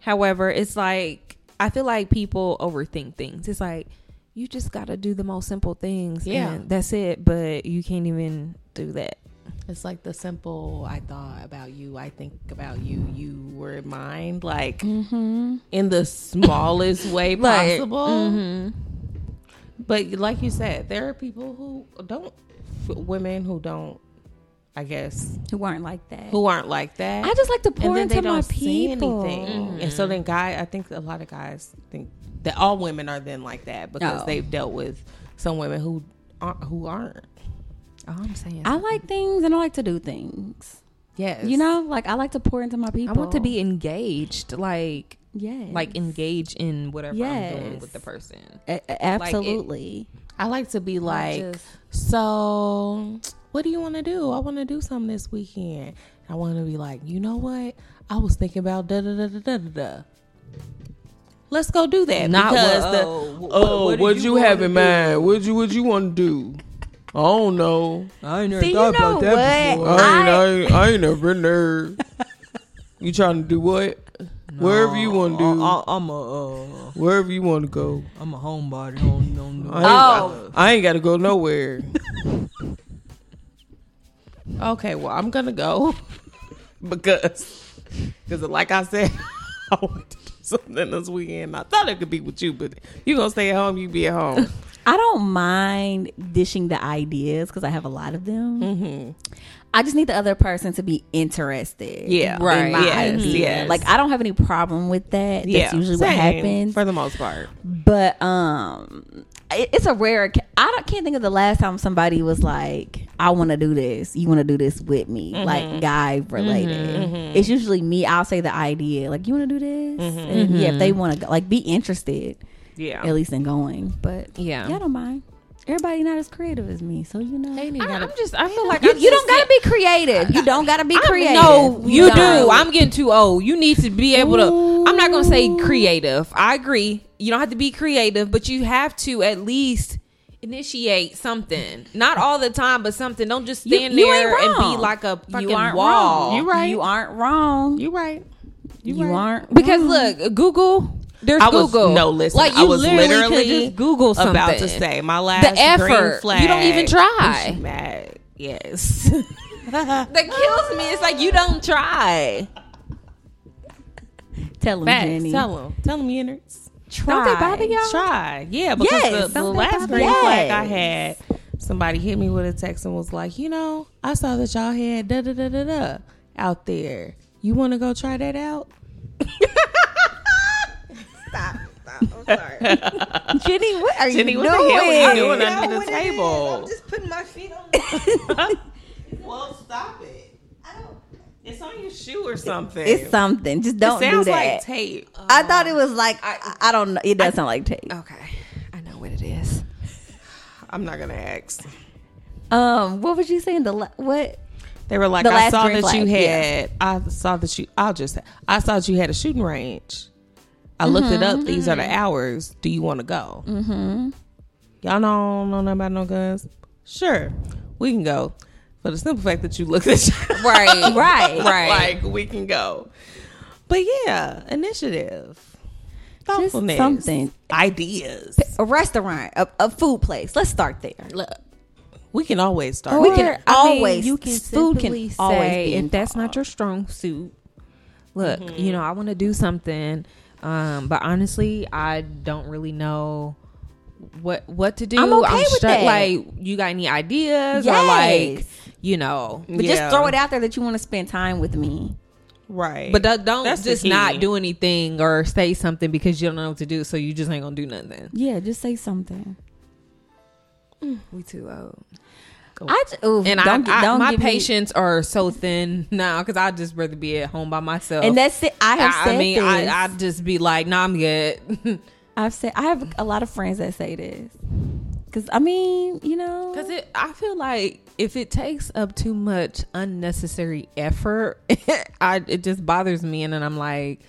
D: However, it's like I feel like people overthink things. It's like you just got to do the most simple things.
A: Yeah.
D: and that's it. But you can't even do that.
A: it's like the simple I thought about you, I think about you, you were in mind, like
C: Mm-hmm.
A: in the smallest way
D: Like,
A: possible.
C: mm-hmm.
A: But like you said, there are people who don't, women who don't, I guess,
C: Who weren't like that?
A: who aren't like that.
C: I just like to
A: and
C: pour
A: then
C: into
A: they
C: my
A: don't say
C: people.
A: anything.
D: Mm-hmm.
A: And so then, guy, I think a lot of guys think that all women are then like that because
C: No.
A: they've dealt with some women who aren't. Who aren't.
D: All I'm saying, is
C: I like things and I like to do things.
A: Yes,
C: You know, like I like to pour into my people.
D: I want to be engaged. Like
C: yes,
D: like engage in whatever I'm doing
C: Yes.
D: with the person.
C: A- a- absolutely.
A: I like to be like,
D: just-
A: so what do you want to do? I want to do something this weekend. I want to be like, you know what? I was thinking about da da da da da da. da. Let's go do that.
D: Not
A: because
D: what-
A: the
D: oh, wh-
A: oh,
D: what
A: what,
D: did you
A: you, have
D: wanna
A: in mind? What you what you want to do? I don't know.
D: I ain't
C: See, you know what? I,
A: I ain't, I ain't never been there. You trying to do what? Wherever you want to do,
D: I'm a uh,
A: wherever you want to go.
D: I'm a homebody. Don't, don't,
A: I ain't,
C: Oh.
A: I ain't got to go nowhere. okay, well, I'm going to go because, because like I said, I want to do something this weekend. I thought it could be with you, but you going to stay at home, you be at home.
C: I don't mind dishing the ideas because I have a lot of them.
A: Mm-hmm.
C: I just need the other person to be interested.
A: Yeah.
C: in
A: Right.
C: my
A: Yes,
C: idea.
A: yes.
C: Like I don't have any problem with that. That's
A: yeah,
C: usually what
A: same,
C: happens.
A: For the most part.
C: But um, it, it's a rare. oca- I don't, can't think of the last time somebody was like, "I want to do this. You want to do this with me?"
A: Mm-hmm.
C: Like guy related. It's usually me. I'll say the idea, like, "You want to do this?"
A: Mm-hmm.
C: And yeah, if they want to, go, like, be interested
A: Yeah.
C: at least in going. But
D: Yeah.
C: yeah, I don't mind. Everybody not as creative as me, so you know.
D: I, am just. I feel like
C: you,
D: I'm
C: you don't
D: just
C: gotta be creative. You don't gotta be creative.
D: No, you do.
C: don't.
D: I'm getting too old. You need to be able to. I'm not gonna say creative. I agree. You don't have to be creative, but you have to at least initiate something. Not all the time, but something. Don't just
C: You-
D: stand
C: you ain't
D: there and be
C: wrong.
D: like a fucking
C: you aren't
D: wall.
C: wrong. You right. You aren't wrong.
A: You right.
C: You, aren't
D: Because
C: wrong.
D: look, Google. There's
A: I was
D: Google.
A: no listen.
D: Like you
A: I was
D: literally,
A: literally,
D: could just Google something.
A: About to say my last
D: effort.
A: Green flag.
D: You don't even try.
A: Is she Mad. Yes.
D: that kills me. It's like you don't try.
C: tell them,
A: Facts.
C: Jenny.
A: Tell them. Tell them, innards.
C: Try.
D: Don't they bother y'all?
A: Try. Yeah, because
C: Yes.
A: the, the
C: Don't they
A: last
C: bother-
A: green flag I
C: Yes.
A: had, somebody hit me with a text and was like, you know, I saw that y'all had da da da da da out there. You want to go try that out?
C: Jenny, what are
A: Jenny,
C: you
A: what
C: doing?
A: the hell are you doing under the table?
E: just putting my feet on. the-
A: well, stop it.
E: I don't.
A: It's on your shoe or something.
C: It's something. Just don't
A: it
C: do
A: sounds
C: that.
A: like tape.
C: I thought it was like I, I don't know. It does sound like tape.
D: Okay, I know what it is.
A: I'm not gonna ask.
C: Um, what was you saying? The la- what?
A: They were like,
C: The
A: I
C: last
A: saw
C: green
A: that you
C: flag,
A: had. I saw that you. I'll just. I saw that you had a shooting range. I looked it up. These
C: Mm-hmm.
A: are the hours. Do you want to go? Mm-hmm. Y'all don't know nothing about no guns. Sure, we can go. For the simple fact that you looked at
D: Right,
C: Right.
D: right.
A: like we can go. But yeah, initiative. thoughtfulness,
C: something.
A: ideas.
C: A restaurant, a, a food place. Let's start there.
A: Look, we can always start.
C: We can
D: Or, I mean,
C: always-
D: you can
C: food can
D: simply
C: always
D: say,
C: be Mm-hmm.
D: if that's not your strong suit. Look, you know, I want to do something, um, but honestly, I don't really know what what to do.
C: I'm okay with
D: stra-
C: that.
D: Like, you got any ideas or like,
C: Yes.
D: you know?
C: But
A: Yeah.
C: just throw it out there that you want to spend time with me.
A: right,
D: But that, don't
A: That's the
D: just
A: key.
D: not do anything or say something because you don't know what to do, so you just ain't gonna do nothing.
C: Yeah, just say something. Mm,
D: We too old.
C: I j- ooh,
D: And I,
C: don't, get-
D: I-
C: don't
D: my
C: give me-
D: patients are so thin now because I just rather be at home by myself.
C: and that's it. I have
D: I,
C: said
D: I mean,
C: this.
D: I, I just be like, nah, I'm good.
C: I've said I have a lot of friends that say this because I mean, you know,
D: Because it, I feel like if it takes up too much unnecessary effort, I it just bothers me, and then I'm like,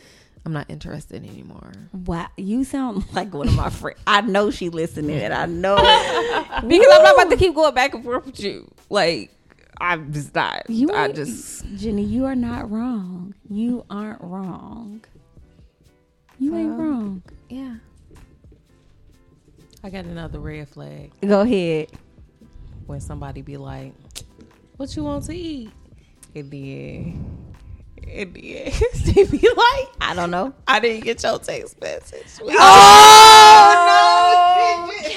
D: I'm not interested anymore.
C: wow, you sound like one of my friends. I know she listening, and I know because I'm not about to keep going back and forth with you.
D: Like, I'm just not.
C: You
D: I
C: ain't-
D: just
C: Jenny, you are not wrong. You aren't wrong. You ain't wrong.
D: yeah.
A: I got another red flag
C: Go ahead.
A: when somebody be like, "What you want to eat?" And then, and then they be like,
C: I don't know. Oh,
A: "I didn't get your text message."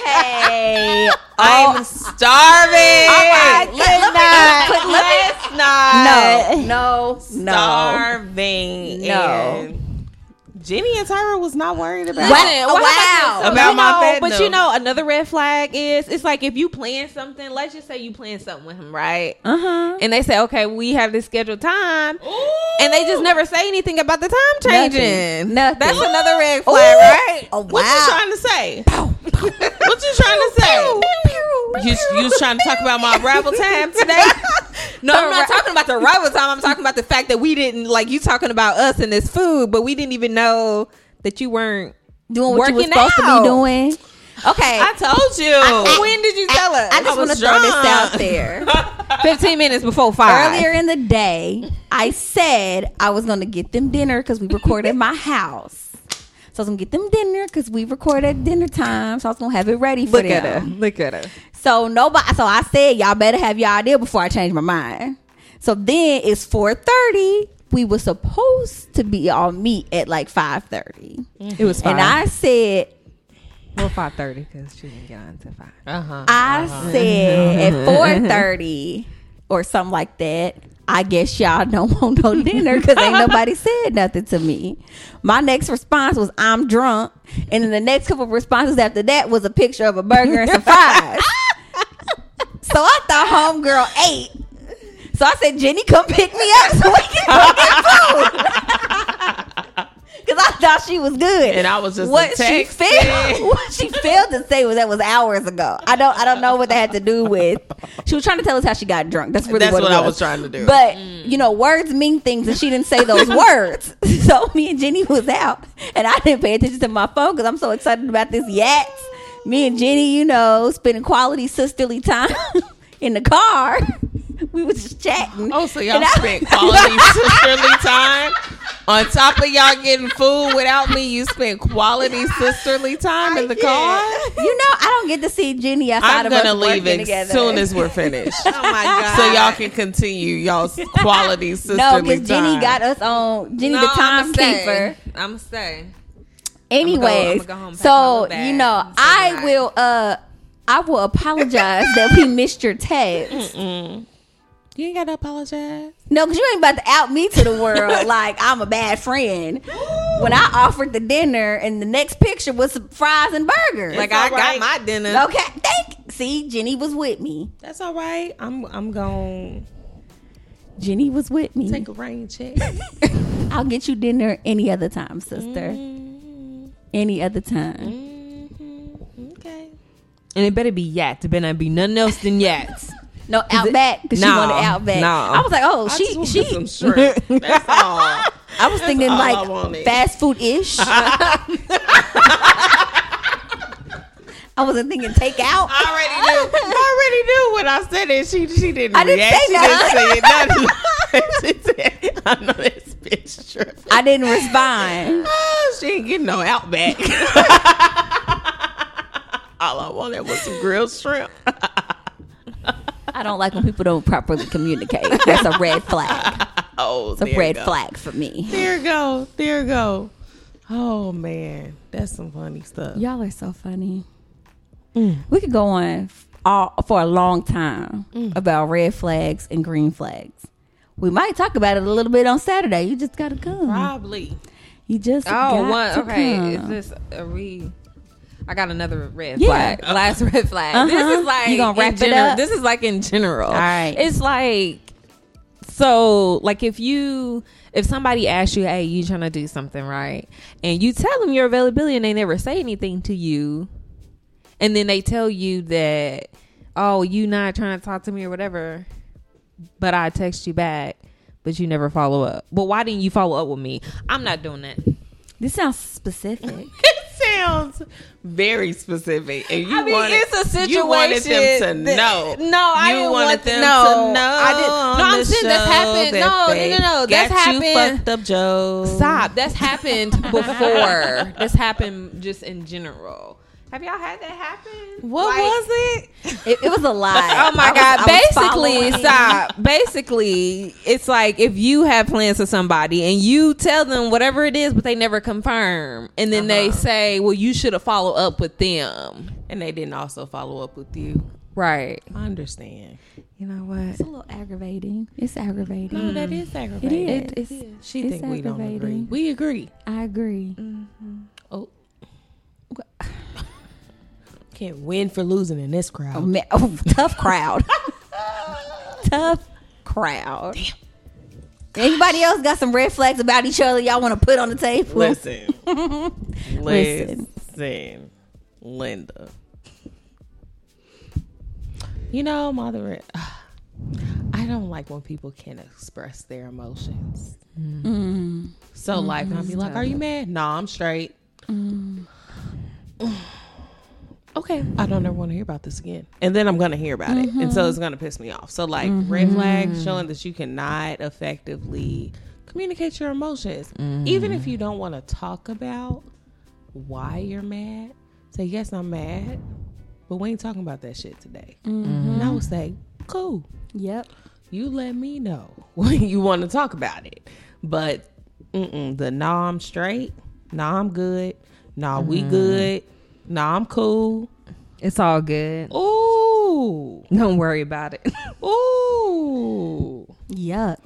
C: Okay.
A: I'm starving.
C: Oh, Let- let me- put- let me-
A: Let's not.
C: No. No.
A: Starving.
C: No.
A: And Jenny and Tyra was not worried about
C: Wow.
A: it.
C: wow.
A: About
D: you
A: my
D: know,
A: fat
D: But
A: though.
D: you know, another red flag is it's like if you plan something, let's just say you plan something with him, right?
C: Uh huh.
D: And they say, okay, we have this scheduled time. And they just never say anything about the time
C: Nothing.
D: changing.
C: Nothing.
D: That's another red
C: Ooh.
D: flag, right?
C: Oh
A: What you
C: wow.
A: trying to say? what you trying to say? You you was trying to talk about my arrival time today?
D: No, I'm not talking about the arrival time. I'm talking about the fact that we didn't like you talking about us and this food, but we didn't even know that you weren't.
C: Doing what you were
D: Working
C: supposed to
D: out.
C: be doing. Okay.
A: I told you.
D: when did you tell us?
C: I just
A: I was
C: want to throw this
A: drunk.
C: out there.
D: 15 minutes before five.
C: Earlier in the day, I said I was going to get them dinner because we recorded my house. So I was going to get them dinner because we recorded dinner time. So I was going to have it ready for
D: Look
C: them.
D: at her. Look at her.
C: So nobody. So I said, y'all better have your idea before I change my mind. So then it's four thirty. We were supposed to be all meet at like five
D: It was
C: and I said,
D: well, five thirty because she didn't get on until five.
A: Uh huh.
C: I said
A: Uh-huh.
C: at four thirty or something like that. I guess y'all don't want no dinner because ain't nobody said nothing to me. My next response was I'm drunk, and then the next couple of responses after that was a picture of a burger and some fries. so I thought homegirl ate. So I said, Jenny, come pick me up so we can go get food. Because I thought she was good,
A: And I was just
C: what she
A: texting.
C: failed. What she failed to say was that was hours ago. I don't. I don't know what that had to do with. She was trying to tell us how she got drunk. That's really
A: That's
C: what,
A: what
C: it
A: I
C: was.
A: was trying to do.
C: But
A: Mm.
C: you know, words mean things, and she didn't say those words. So me and Jenny was out, and I didn't pay attention to my phone because I'm so excited about this yaks. Me and Jenny, you know, spending quality sisterly time in the car. We was just chatting.
A: Oh, so y'all
C: And I-
A: spent quality sisterly time. On top of y'all getting food without me, you spent quality sisterly time in the car.
C: You know, I don't get to see Jenny outside
A: I'm
C: of us
A: gonna leave
C: working
A: as
C: together.
A: soon as we're finished,
D: Oh my god!
A: so y'all can continue y'all's quality sisterly
C: No,
A: time.
C: because Jenny got us on Jenny the timekeeper.
D: I'm stay.
C: Anyways,
D: I'ma go home and pack my little
C: so
D: bag
C: you know,
D: and say
C: I
D: goodbye.
C: will. uh I will apologize that we missed your text.
A: Mm-hmm. You ain't gotta apologize.
C: No, because you ain't about to out me to the world like I'm a bad friend. When I offered the dinner, and the next picture was some fries and burgers.
D: Like
A: It's
D: I
A: all right.
D: got my dinner.
C: okay, thank. See, Jenny was with me.
A: That's all right. I'm I'm gonna
C: Jenny was with me.
A: take a rain check.
C: I'll get you dinner any other time, sister.
A: Mm-hmm.
C: Any other time. Mm-hmm.
A: Mhm. Okay.
D: And it better be yats. It better not be nothing else than yats.
C: No, Outback because she
D: No,
C: wanted Outback.
D: no.
C: I was like, oh,
A: I just
C: she
A: wanted
C: she.
A: some shrimp. That's all.
C: I was thinking
A: all I
C: like
A: wanted.
C: fast food ish. I wasn't thinking takeout.
A: I already knew. I already knew when I said it. She she didn't
C: I didn't
A: react.
C: say
A: she didn't say nothing. she said, "I know this bitch tripping.
C: I didn't respond.
A: Oh, she ain't getting no Outback. All I wanted was some grilled shrimp.
C: I don't like when people don't properly communicate. That's a red flag.
A: Oh,
C: It's a
A: there
C: red
A: go.
C: flag for me.
A: There go, there go. Oh man, that's some funny stuff.
C: Y'all are so funny.
A: Mm.
C: We could go on f- all, for a long time
A: Mm.
C: about red flags and green flags. We might talk about it a little bit on Saturday. You just gotta come.
A: Probably.
C: You just
D: Oh,
C: got
D: one.
C: to
D: Okay,
C: come.
D: is this are we? I got another red
C: Yeah.
D: flag. Last red flag. This
C: Uh-huh.
D: is like
C: You gonna
D: in
C: wrap it
D: gener-
C: up?
D: This is like in general. All
C: right.
D: It's like so like if you if somebody asks you, hey, you trying to do something right, and you tell them your availability, and they never say anything to you, and then they tell you that, oh, you not trying to talk to me or whatever, but I text you back. But you never follow up. But why didn't you follow up with me? I'm not doing that.
C: This sounds specific.
A: It sounds very specific. And you
D: I mean,
A: wanted,
D: it's a situation.
A: You wanted them to
D: that-
A: know.
D: No, I
A: You
D: didn't
A: wanted
D: want
A: them
D: no,
A: to know.
D: I didn't. No,
A: on
D: I'm
A: the
D: saying that's
A: show
D: happened.
A: that
D: No,
A: they
D: no, no, no. That's
A: got you
D: happened.
A: fucked up, Joe.
D: Stop. That's happened before. this happened just in general. Have y'all had that happen?
A: What
D: Like-
A: was it?
C: it, it was a lie.
D: Oh my
C: I was- I
D: god!
C: was
D: Basically,
C: following.
D: stop. Basically, it's like if you have plans with somebody and you tell them whatever it is, but they never confirm, and then
A: Uh-huh.
D: they say, "Well, you should have followed up with them."
A: And they didn't also follow up with you.
D: Right.
A: I understand.
D: You know what?
C: It's a little aggravating. It's aggravating.
A: No, that Mm. is
C: Mm, It
A: aggravating.
C: is. it's,
A: She
C: It's
A: think we don't agree.
C: aggravating.
A: We agree.
C: I agree.
A: Oh. Can't win for losing in this crowd.
C: Oh, man. Oh, tough crowd. tough crowd. Anybody else got some red flags about each other y'all want to put on the table?
A: Listen.
C: Listen.
A: Listen. Linda. You know, mother, I don't like when people can't express their emotions. So, like, I'll be like, Are you mad? No, I'm straight. okay, I don't ever want to hear about this again. And then I'm going to hear about it. And so it's going to piss me off. So, like, red flags showing that you cannot effectively communicate your emotions. Even if you don't want to talk about why you're mad, say, Yes, I'm mad, but we ain't talking about that shit today.
C: Mm-hmm.
A: And I would say, Cool
C: Yep.
A: you let me know when you want to talk about it. But mm-mm, the nah, I'm straight. Nah, I'm good. Nah,
C: Mm-hmm.
A: we good. Nah, I'm cool.
D: It's all good.
A: Ooh,
D: Don't worry about it.
A: ooh.
C: Yuck.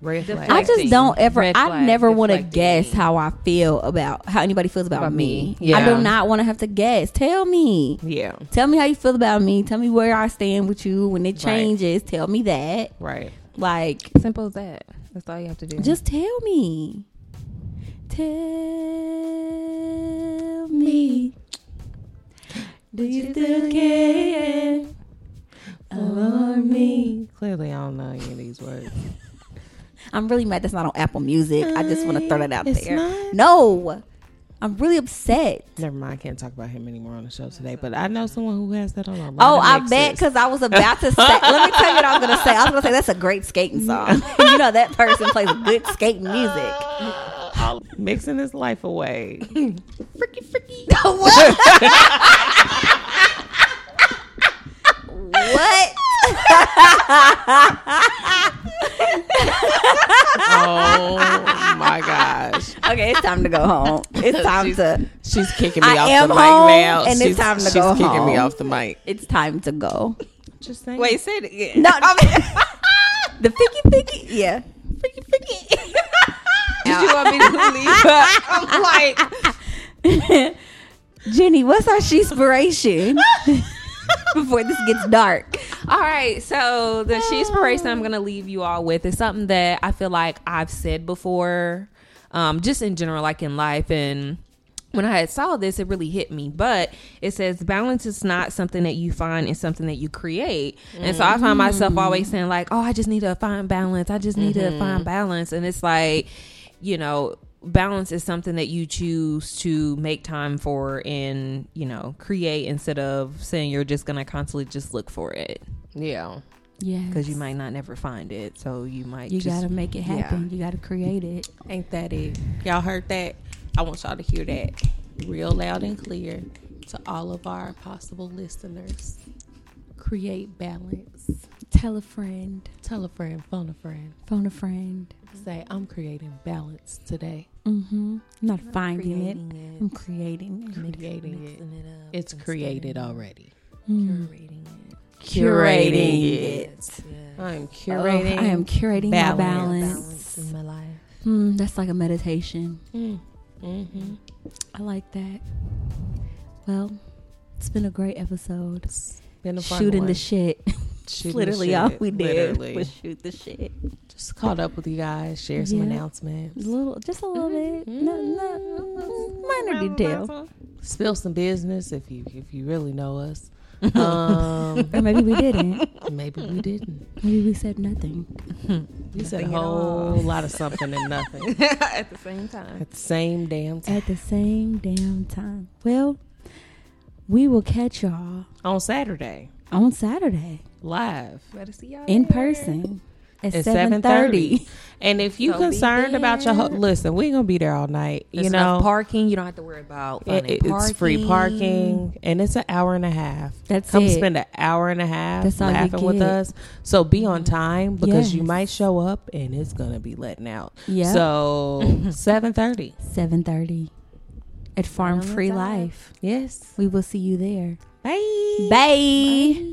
A: Red flag.
C: I just
D: Deflecting.
C: don't ever.
D: Red
C: I
D: flag,
C: never want to
D: deflecting.
C: guess how I feel about how anybody feels about,
D: About
C: me.
D: me.
C: I
D: Yeah.
C: do not want to have to guess. Tell me.
A: yeah,
C: Tell me how you feel about me. Tell me where I stand with you when it changes. Tell me that.
A: right.
C: Like,
D: Simple as that. That's all you have to do.
C: just tell me. Tell me. Do you still care for me?
A: Clearly, I don't know any of these words.
C: I'm really mad that's not on Apple Music. I just want to throw that out
A: It's
C: there.
A: not?
C: No. I'm really upset.
A: Never mind. I can't talk about him anymore on the show today. But I know someone who has that on a lot
C: Oh,
A: of
C: I
A: mixes.
C: bet because I was about to say. let me tell you what I was gonna say. I was gonna say that's a great skating song. you know that person plays good skating music.
A: mixing his life away.
C: what? what?
A: oh my gosh.
C: Okay, it's time to go home. It's time to.
A: She's kicking me
C: I
A: off
C: am
A: the
C: home,
A: mic now.
C: and it's
A: she's,
C: time to
A: she's
C: go
A: kicking me
C: home.
A: off the mic.
C: It's time to go.
A: Just saying.
D: wait. Say it again.
C: No, the picky picky. Yeah, picky picky.
D: Did you want me to leave? I'm like,
C: Jenny, what's our she'spiration? Before this gets dark.
D: all right. So the she inspiration I'm gonna leave you all with is something that I feel like I've said before, um, just in general, like in life and. When I had saw this, it really hit me. But it says balance is not something that you find; it's something that you create. And so I find myself always saying like, "Oh, I just need to find balance. I just need to find balance." And it's like, you know balance is something that you choose to make time for and you know create instead of saying you're just gonna constantly just look for it
A: Yeah.
F: Yeah.
D: because you might not never find it. So you might
F: You
D: just
F: gotta make it happen. You gotta create it.
A: Ain't that it? Y'all heard that? I want y'all to hear that real loud and clear to all of our possible listeners. Create balance.
F: Tell a friend.
A: Tell a friend, phone a friend.
F: Phone a friend.
A: Say, I'm creating balance today.
F: Mm-hmm. not finding it.
D: creating
F: I'm creating it.
A: Creating it.
D: mixing it up,
A: It's created already.
F: Mm.
D: curating it.
A: Curating
D: Yes, yes.
A: I'm
F: Oh,
A: curating.
F: I am curating
A: balance.
F: my balance.
D: Balance in my life.
F: Mm, that's like a meditation.
A: Mm-hmm.
F: I like that. Well, it's been a great episode.
A: Been a fun
F: Shooting
A: one.
F: the shit.
A: Shooting the
F: literally all
A: shit,
F: we did
A: literally.
F: was shoot the shit.
A: Just caught up with you guys. Share some
F: Yeah.
A: announcements.
F: little, just a little bit. No, no, minor detail.
A: Spill some business if you if you really know us. Um,
F: Or maybe we didn't.
A: maybe we didn't.
F: Maybe we said nothing.
A: We said a whole lot of something and nothing
D: At the same time.
A: at the same damn time
F: At the same damn time. Well, we will catch y'all
A: on Saturday
F: on Saturday
A: live
D: Better see y'all.
F: in person at,
A: at seven
F: 7.30.
A: thirty. And if you
D: So be
A: concerned about your ho- listen, we gonna be there all night.
D: There's
A: you
D: enough
A: know,
D: parking. You don't have to worry about
A: It-
D: finding
A: it- it's free
D: parking.
A: parking and it's an hour and a half
F: That's
A: come
F: it.
A: spend an hour and a half
F: That's all you
A: laughing with
F: get. Mm-hmm.
A: us so be on time because you
F: Yes.
A: might show up and it's gonna be letting out
F: Yep.
A: so seven thirty.
F: 7.30 at Farm Free Life.
A: yes
F: We will see you there.
A: bye
F: Bye.